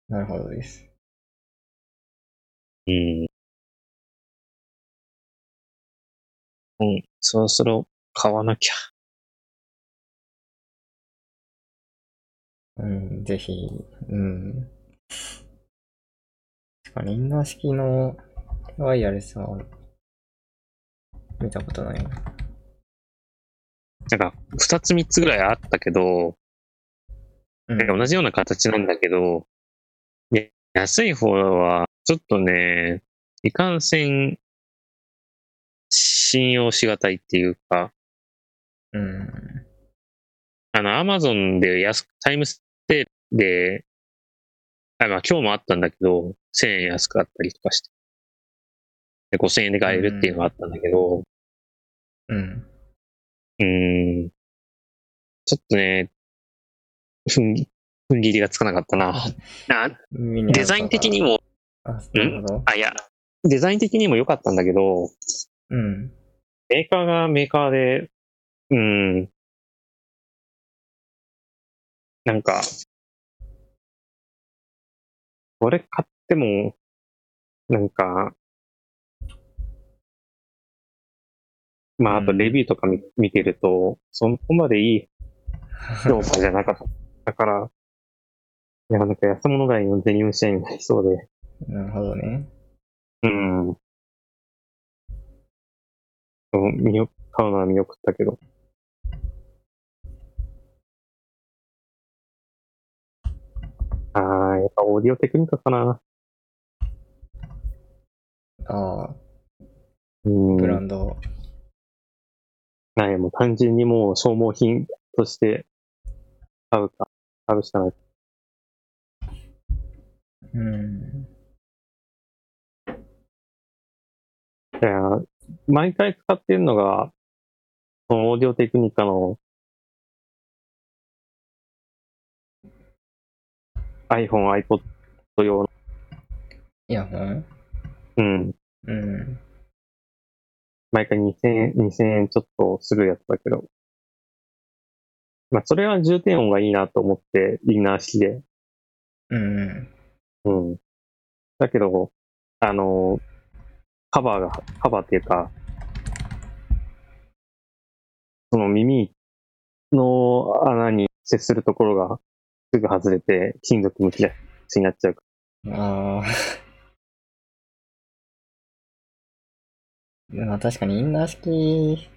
S1: なるほどです。
S2: うん。うん、そろそろ買わなきゃ。
S1: うん、ぜひ、うん。確かに、インナー式のワイヤレスは、見たことないな。
S2: なんか、二つ三つぐらいあったけど、
S1: うん
S2: なんか同じような形なんだけど、いや安い方は、ちょっとね、いかんせん、信用しがたいっていうか、
S1: うん。
S2: あの、アマゾンで安く、タイムステーで、あ、まあ今日もあったんだけど、1000円安くあったりとかして、で5000円で買えるっていうのがあったんだけど、
S1: うん。
S2: うーん、ちょっとね、ふん、ふんぎりがつかなかったな。あ
S1: ミニアウトが
S2: デザイン的に。も、
S1: あ、なるほど。
S2: あ、いや、デザイン的にも良かったんだけど、
S1: うん。
S2: メーカーがメーカーで、うん、なんか、これ買っても、なんか、まあ、あとレビューとか見,、見てると、そこまで (laughs) いい評価じゃなかった。だから、いや、なんか安物買いのデニムシェになりそうで、
S1: なるほどね。
S2: うん。そう見よ買うのは見送ったけど。ああ、やっぱオーディオテクニカかな。
S1: ああ、
S2: うん。
S1: ブランド。
S2: なんやもう単純にもう消耗品として買うか。買うしかない。
S1: うん。
S2: いや、毎回使ってるのが、そのオーディオテクニカの iPhone、iPod 用の、
S1: イヤホン
S2: うん。
S1: うん。
S2: 毎回2000円、2000円ちょっとするやつだけど。まあ、それは重点音がいいなと思って、インナー式で。
S1: うん。
S2: うん。だけど、あの、カバーが、カバーっていうか、その耳の穴に接するところがすぐ外れて、金属むき出しになっちゃうか
S1: ああ。 (laughs) まあ確かにインナー式に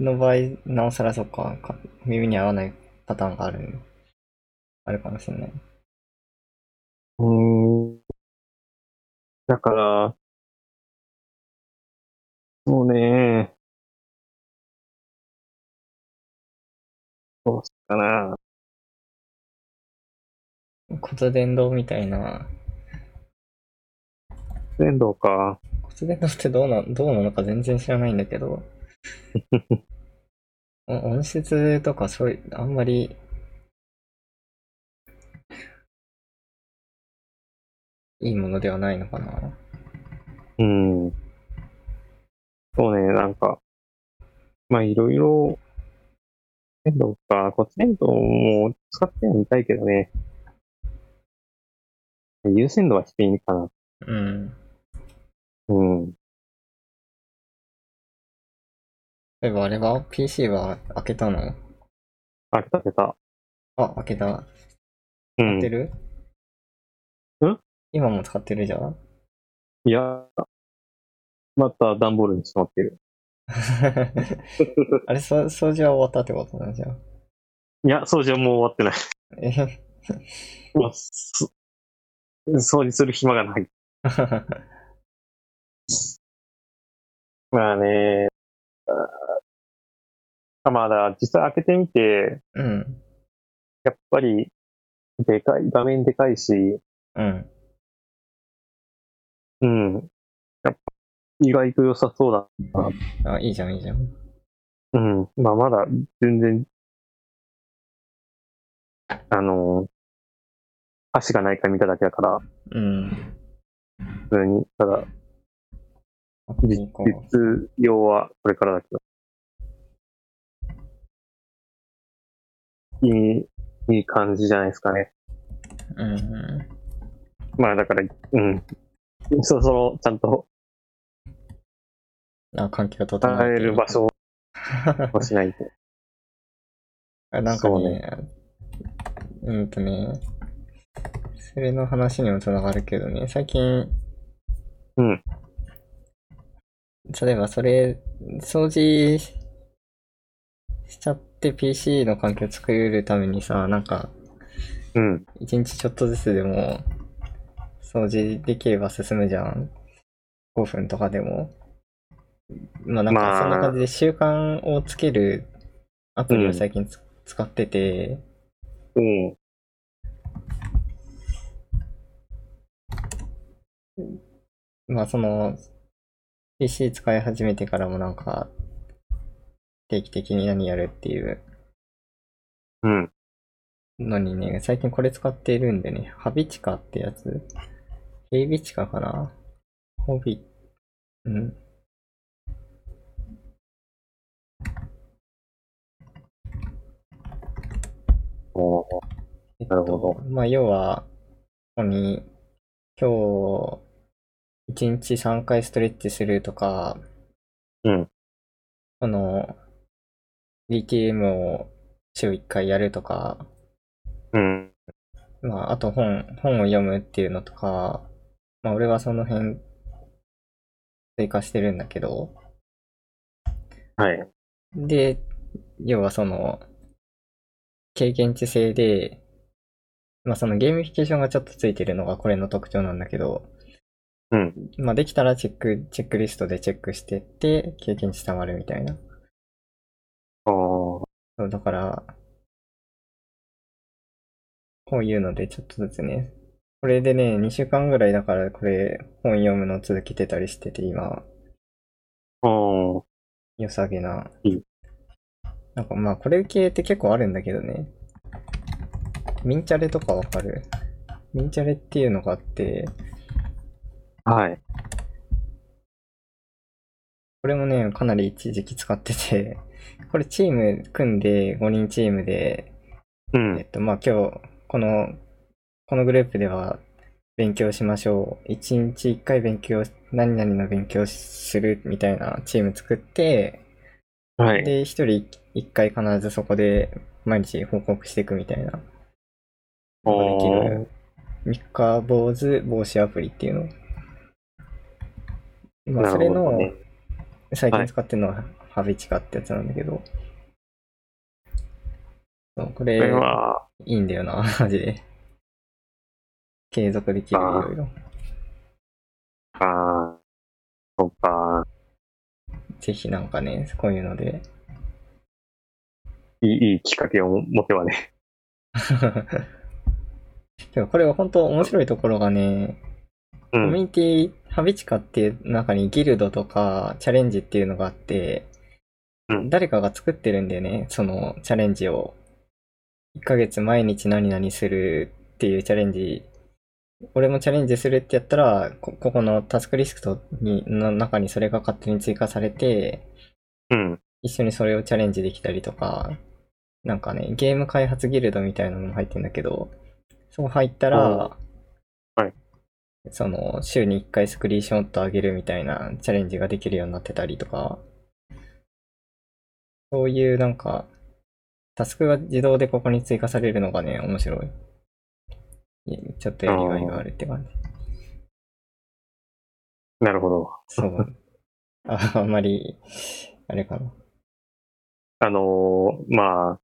S1: の場合、なおさらそっか、か耳に合わないパターンがある、あるかもしれない。
S2: ら。うーん。だから、もうね、どうすっかな。
S1: 骨伝導みたいな、
S2: 電動か。
S1: 骨伝導ってどうな、どうなのか全然知らないんだけど、お音質とかそういう、あんまり、いいものではないのかな。
S2: うん。そうね、なんか、まあいろいろ、電動か、骨伝導も使ってはみたいけどね。優先度は低いかな。
S1: うん。
S2: うん。
S1: 例えばあれは ?PC は開けたの
S2: あ、立てた。
S1: あ、開けた。
S2: う
S1: 使
S2: ん
S1: って。る、
S2: うん
S1: 今も使ってるじゃん (laughs)
S2: いや、また段ボールにしまってる。
S1: あれ、そ掃除は終わったってことなんじゃん。
S2: いや、掃除はもう終わってない。
S1: えへ (laughs) へ
S2: もうそ掃除する暇がない。まあね、あーまあだ、実際開けてみて、
S1: うん。
S2: やっぱり、でかい、画面でかいし、
S1: うん。
S2: うん。やっぱ意外と良さそうだ。
S1: あ、いいじゃん、いいじゃん。
S2: うん。まあまだ、全然、あの、足がないか見ただけだから、
S1: うん。
S2: 普通に。ただ、
S1: あこっち行こう
S2: 実用はこれからだけど。いい、いい感じじゃないですかね。
S1: うんう
S2: まあだから、うん。そろそろちゃんと
S1: ん。あ、環境整
S2: 使え
S1: えて
S2: る場。所をしないと。
S1: あ (laughs) なんか
S2: そう
S1: ね
S2: ね、
S1: うんとね、それの話にもつながるけどね、最近、
S2: うん。
S1: 例えばそれ、掃除しちゃって PC の環境作るためにさ、なんか、
S2: うん。
S1: 一日ちょっとずつでも、掃除できれば進むじゃん。5分とかでも。まあなん
S2: ま
S1: か
S2: あ
S1: そんな感じで習慣をつけるアプリを最近つ、使ってて、
S2: うん。
S1: まあその、PC 使い始めてからもなんか、定期的に何やるっていう
S2: うん。
S1: のにね、最近これ使っているんでね、ハビチカってやつ。ヘイビチカかなホビ、うん。
S2: も
S1: えっ
S2: なるほ
S1: と、まあ、要は、ここに、今日、1日3回ストレッチするとか、
S2: うん。
S1: この、DTM を週1回やるとか、
S2: ううん。
S1: まあ、あと本、本を読むっていうのとか、まあ、俺はその辺、追加してるんだけど、
S2: はい。
S1: で、要はその、経験値制で、まあそのゲーミフィケーションがちょっとついてるのがこれの特徴なんだけど、
S2: うん。
S1: まあできたらチェック、チェックリストでチェックしてって、経験値貯まるみたいな。
S2: あー
S1: そう、だから、こういうのでちょっとずつね、これでね、2週間ぐらいだからこれ本読むの続けてたりしてて今、
S2: あー。
S1: 良さげな
S2: うん。
S1: なんかまあこれ系って結構あるんだけどね。ミンチャレとかわかるミンチャレっていうのがあって、
S2: はい。
S1: これもね、かなり一時期使ってて、 (laughs) これチーム組んで、5人チームで、
S2: う
S1: えっ
S2: ん。
S1: とまあ今日、この、このグループでは勉強しましょう。1日1回勉強、何々の勉強するみたいなチーム作って、
S2: はい。
S1: で、一人一回必ずそこで毎日報告していくみたいな。
S2: あ
S1: のができ
S2: ー
S1: る。三日坊主防止アプリっていうの。まあ、それ
S2: なるほ
S1: の
S2: どね、
S1: 最近使ってるのはハビチカってやつなんだけど。そうこ
S2: これ
S1: れ、
S2: は、
S1: いいんだよな、マジで。継続できる、い
S2: あー
S1: ろいろ。
S2: ああ、そっか。
S1: ぜひなんかね、こういうので。
S2: いい、いいきっかけを持てばね。
S1: てかこれは本当面白いところがね、
S2: う
S1: コミュ
S2: ん。
S1: ニティ、ハビチカっていう中にギルドとかチャレンジっていうのがあって、
S2: うん
S1: 誰かが作ってるんでね、そのチャレンジを。1ヶ月毎日何々するっていうチャレンジ。俺もチャレンジするってやったら、こここのタスクリスクトにの中にそれが勝手に追加されて、
S2: うん。
S1: 一緒にそれをチャレンジできたりとか、なんかね、ゲーム開発ギルドみたいなのも入ってんだけど、そう入った
S2: お
S1: ら、
S2: はい
S1: その、週に1回スクリーンショットあげるみたいなチャレンジができるようになってたりとか、そういうなんか、タスクが自動でここに追加されるのがね、面白い。いちょっとやりがいがあるって感じ。
S2: なるほど。
S1: そう。ああんまり、あれかな。
S2: あのーまあ、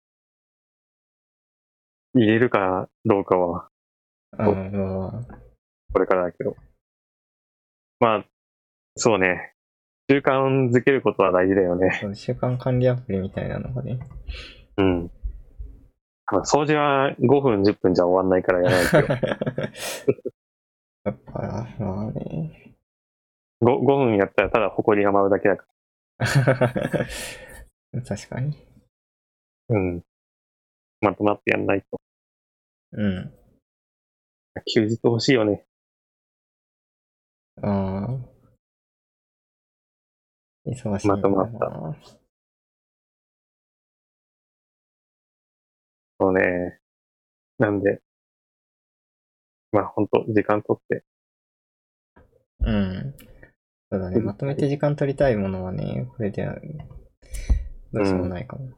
S2: 入れるかどうかは、
S1: あ
S2: お
S1: の、
S2: これからだけど。まあ、そうね。習慣づけることは大事だよね。
S1: そう習慣管理アプリみたいなのが
S2: (laughs)
S1: ね。
S2: うん。まあ掃除は5分、10分じゃ終わんないからやらないけど (laughs)
S1: やっぱ、まあね。 (laughs)
S2: 5, 分やったらただ埃が舞うだけだか
S1: 確かに。
S2: ら。うん。まとまってやんないと。
S1: うん。
S2: 休日欲しいよね。
S1: ああ。忙しいんだな。
S2: まとまったそうね。なんで、まあほんと、時間取って。
S1: うん。そうだね。まとめて時間取りたいものはね、これでは、どうしようもないかも。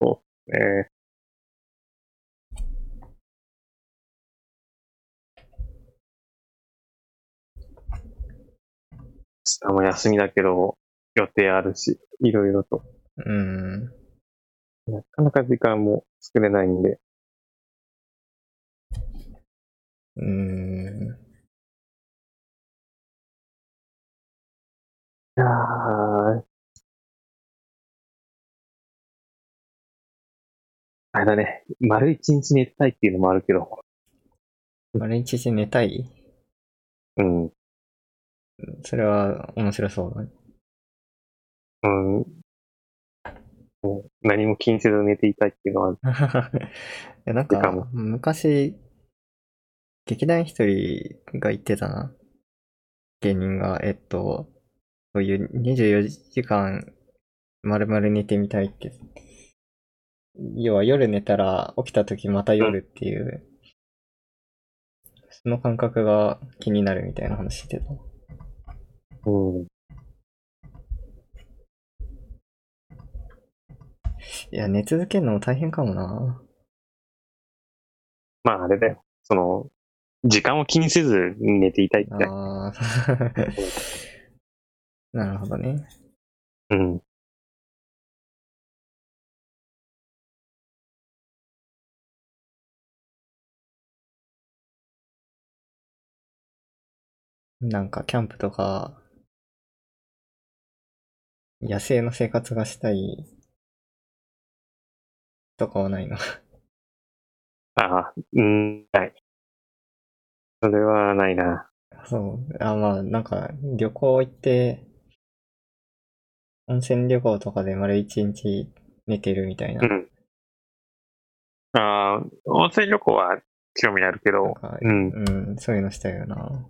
S2: えー明日も休みだけど、予定あるし、いろいろと。
S1: うん。
S2: なかなか時間も作れないんで、
S1: うん。
S2: いやーあれだね。丸一日寝たいっていうのもあるけど。
S1: 丸一日寝たい
S2: うん。う
S1: それは面白そうだね。
S2: ん。もう何も気にせず寝ていたいっていうのはある。
S1: い (laughs) やなん
S2: てかも
S1: か、昔、劇団一人が言ってたな。芸人が、えっと、そういう24時間、丸々寝てみたいって。要は夜寝たら起きた時また夜っていう、その感覚が気になるみたいな話してた。
S2: うん。
S1: いや、寝続けるのも大変かもな。
S2: まああれだよ。その、時間を気にせず寝ていたいってね。
S1: あー (laughs) なるほどね。
S2: うん。
S1: なんかキャンプとか、野生の生活がしたいとかはないの。 (laughs)
S2: ああ、うん、ない。それはないな。
S1: そう。あ、まあ、なんか旅行行って、温泉旅行とかで丸一日寝てるみたいな。
S2: うんああ、温泉旅行は興味あるけ
S1: なん
S2: ど、
S1: か
S2: うん。
S1: うん、そういうのしたいよな。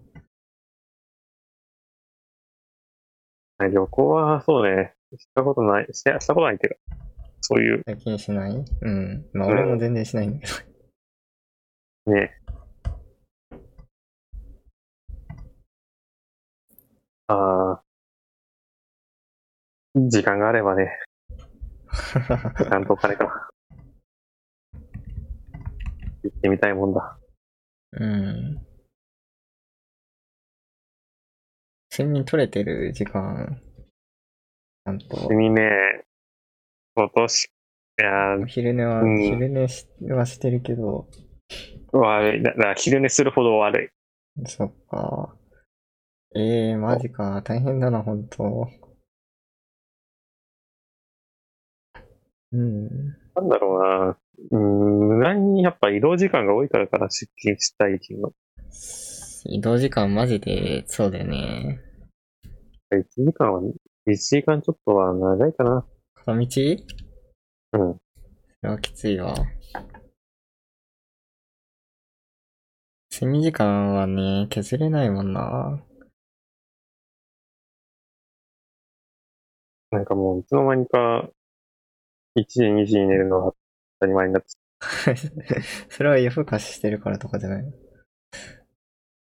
S2: 旅行は、そうね、したことない、したしたことないけど、そういう、
S1: 最近しないうん。まあ、
S2: うん
S1: 俺も全然しないんだけど。
S2: ね。ああ。時間があればね、時間とお金か。行ってみたいもんだ。
S1: うん。睡眠取れてる時間、ちゃんと。
S2: 君ね、今年、いやー
S1: 昼寝は、
S2: うん
S1: 昼寝しはしてるけど、
S2: 悪い。だだから昼寝するほど悪い。
S1: そっか。ええー、マジか。大変だな、本当うん。
S2: なんだろうな。うん、無難にやっぱ移動時間が多いからかな、出勤したい気が。
S1: 移動時間マジで、そうだよね。
S2: 1時間は、1時間ちょっとは長いかな。
S1: 片道そ
S2: うん。
S1: れはきついわ。睡眠時間はね、削れないもんな。 (laughs)
S2: なんかもういつの間にか、1時、2時に寝るのは当たり前になって
S1: それは夜更かししてるからとかじゃない。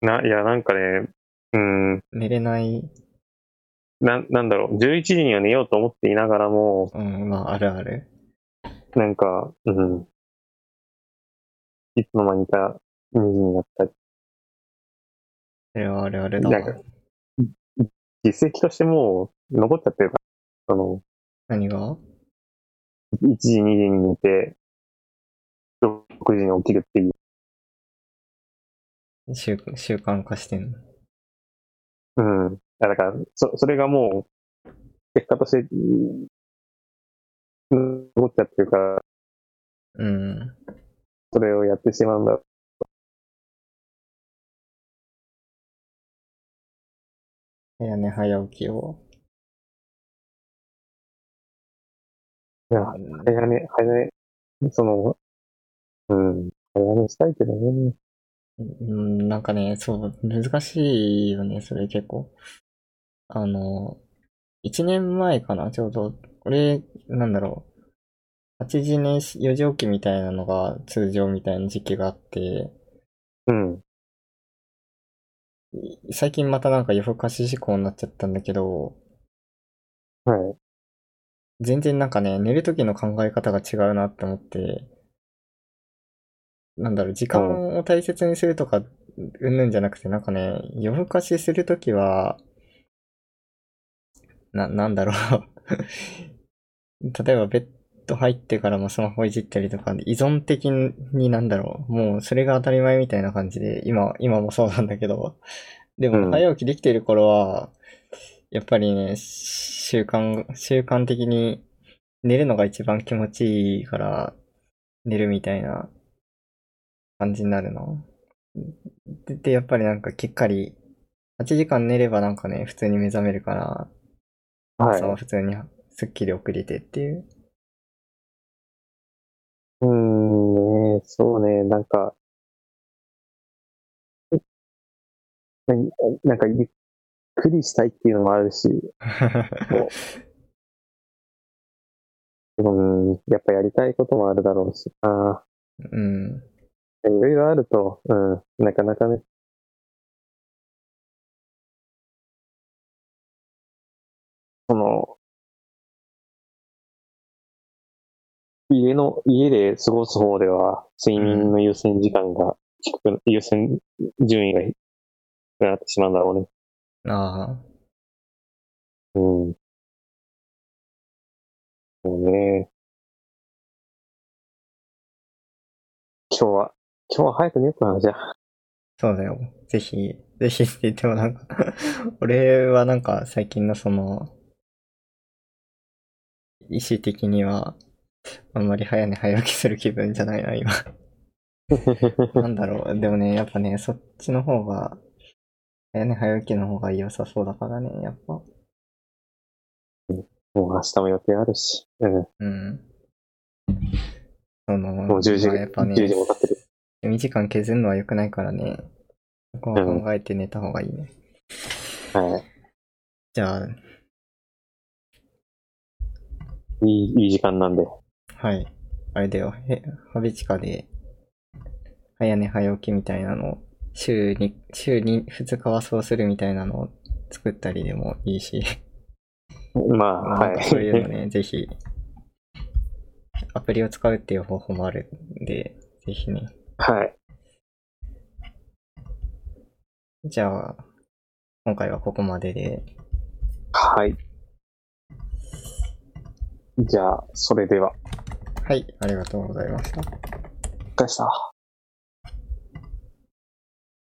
S2: な、いや、なんかね、うん、
S1: 寝れない、
S2: な、なんだろう、11時には寝ようと思っていながらも、
S1: うん、まあ、あるある。
S2: なんか、うん、いつの間にか2時になったり、
S1: それはあるあるだ
S2: なん
S1: わ
S2: か。実績としてもう残っちゃってるから、その、
S1: 何が
S2: 1時、2時に寝て、6時に起きるっていう、
S1: 習習慣化してんの。
S2: うん。だから、そ、それがもう、結果として、うん残っちゃってるから、
S1: うん。
S2: それをやってしまうんだ。
S1: いやね、早起きを。
S2: いや、
S1: うん
S2: 早め、早め、その、うん、早めしたいけどね。
S1: うん、なんかね、そう、難しいよね、それ結構。あの、1年前かな、ちょうど、俺、なんだろう、8時寝し、4時起きみたいなのが通常みたいな時期があって、
S2: うん、
S1: い最近またなんか夜更かし事項になっちゃったんだけど、
S2: はい。
S1: 全然なんかね、寝る時の考え方が違うなって思って、なんだろう、時間を大切にするとか、うんぬんじゃなくて、なんかね、夜更かしするときは、な、なんだろう。例えばベッド入ってからもスマホいじったりとか、依存的になんだろう、もうそれが当たり前みたいな感じで、今、今もそうなんだけど、で
S2: う
S1: も
S2: ん
S1: 早起きできてる頃は、やっぱりね、習慣、習慣的に寝るのが一番気持ちいいから、寝るみたいな感じになるな。で、でやっぱりなんかきっかり、8時間寝ればなんかね、普通に目覚めるから、
S2: はい
S1: 朝。は普通にすっきり遅れてっていう。
S2: うーん、ねそうね、なんか、ななんか、ゆっくりしたいっていうのもあるし、うん、やっぱやりたいこともあるだろうし、あ
S1: うん。
S2: あ、いろいろあると、うん、なかなかね、その、家の、家で過ごす方では、睡眠の優先時間が低く、優先順位が低くなってしまうんだろうね。
S1: ああ、
S2: うん。そうね。今日は、今日は早く寝ようかな、じゃあ。
S1: そうだよ。ぜひ、ぜひって言ってもなんか、 (laughs) 俺はなんか最近のその、意思的には、あんまり早寝早起きする気分じゃないな、今。なんだろう。でもね、やっぱね、そっちの方が、早寝早起きの方が良さそうだからね、やっぱ。
S2: もう明日も予定あるし。うん。
S1: うん。その、
S2: もう10時、
S1: まあやっぱね、
S2: 10時も経ってる。
S1: 睡眠時間削るのは良くないからね。そこは考えて寝た方がいいね。
S2: は
S1: じゃあ、
S2: い。いい、いい時間なんで。
S1: はい。あれだよ。へハビチカで、早寝早起きみたいなのを、週に、週に2日はそうするみたいなのを作ったりでもいいし、
S2: まあ、
S1: な
S2: は
S1: ん
S2: い。
S1: かそういうのね、 (laughs) ぜひ、アプリを使うっていう方法もあるんで、ぜひね。
S2: はい。
S1: じゃあ、今回はここまでで、
S2: はい。じゃあ、それでは。
S1: はい、ありがとうございました。
S2: お疲れ様でした。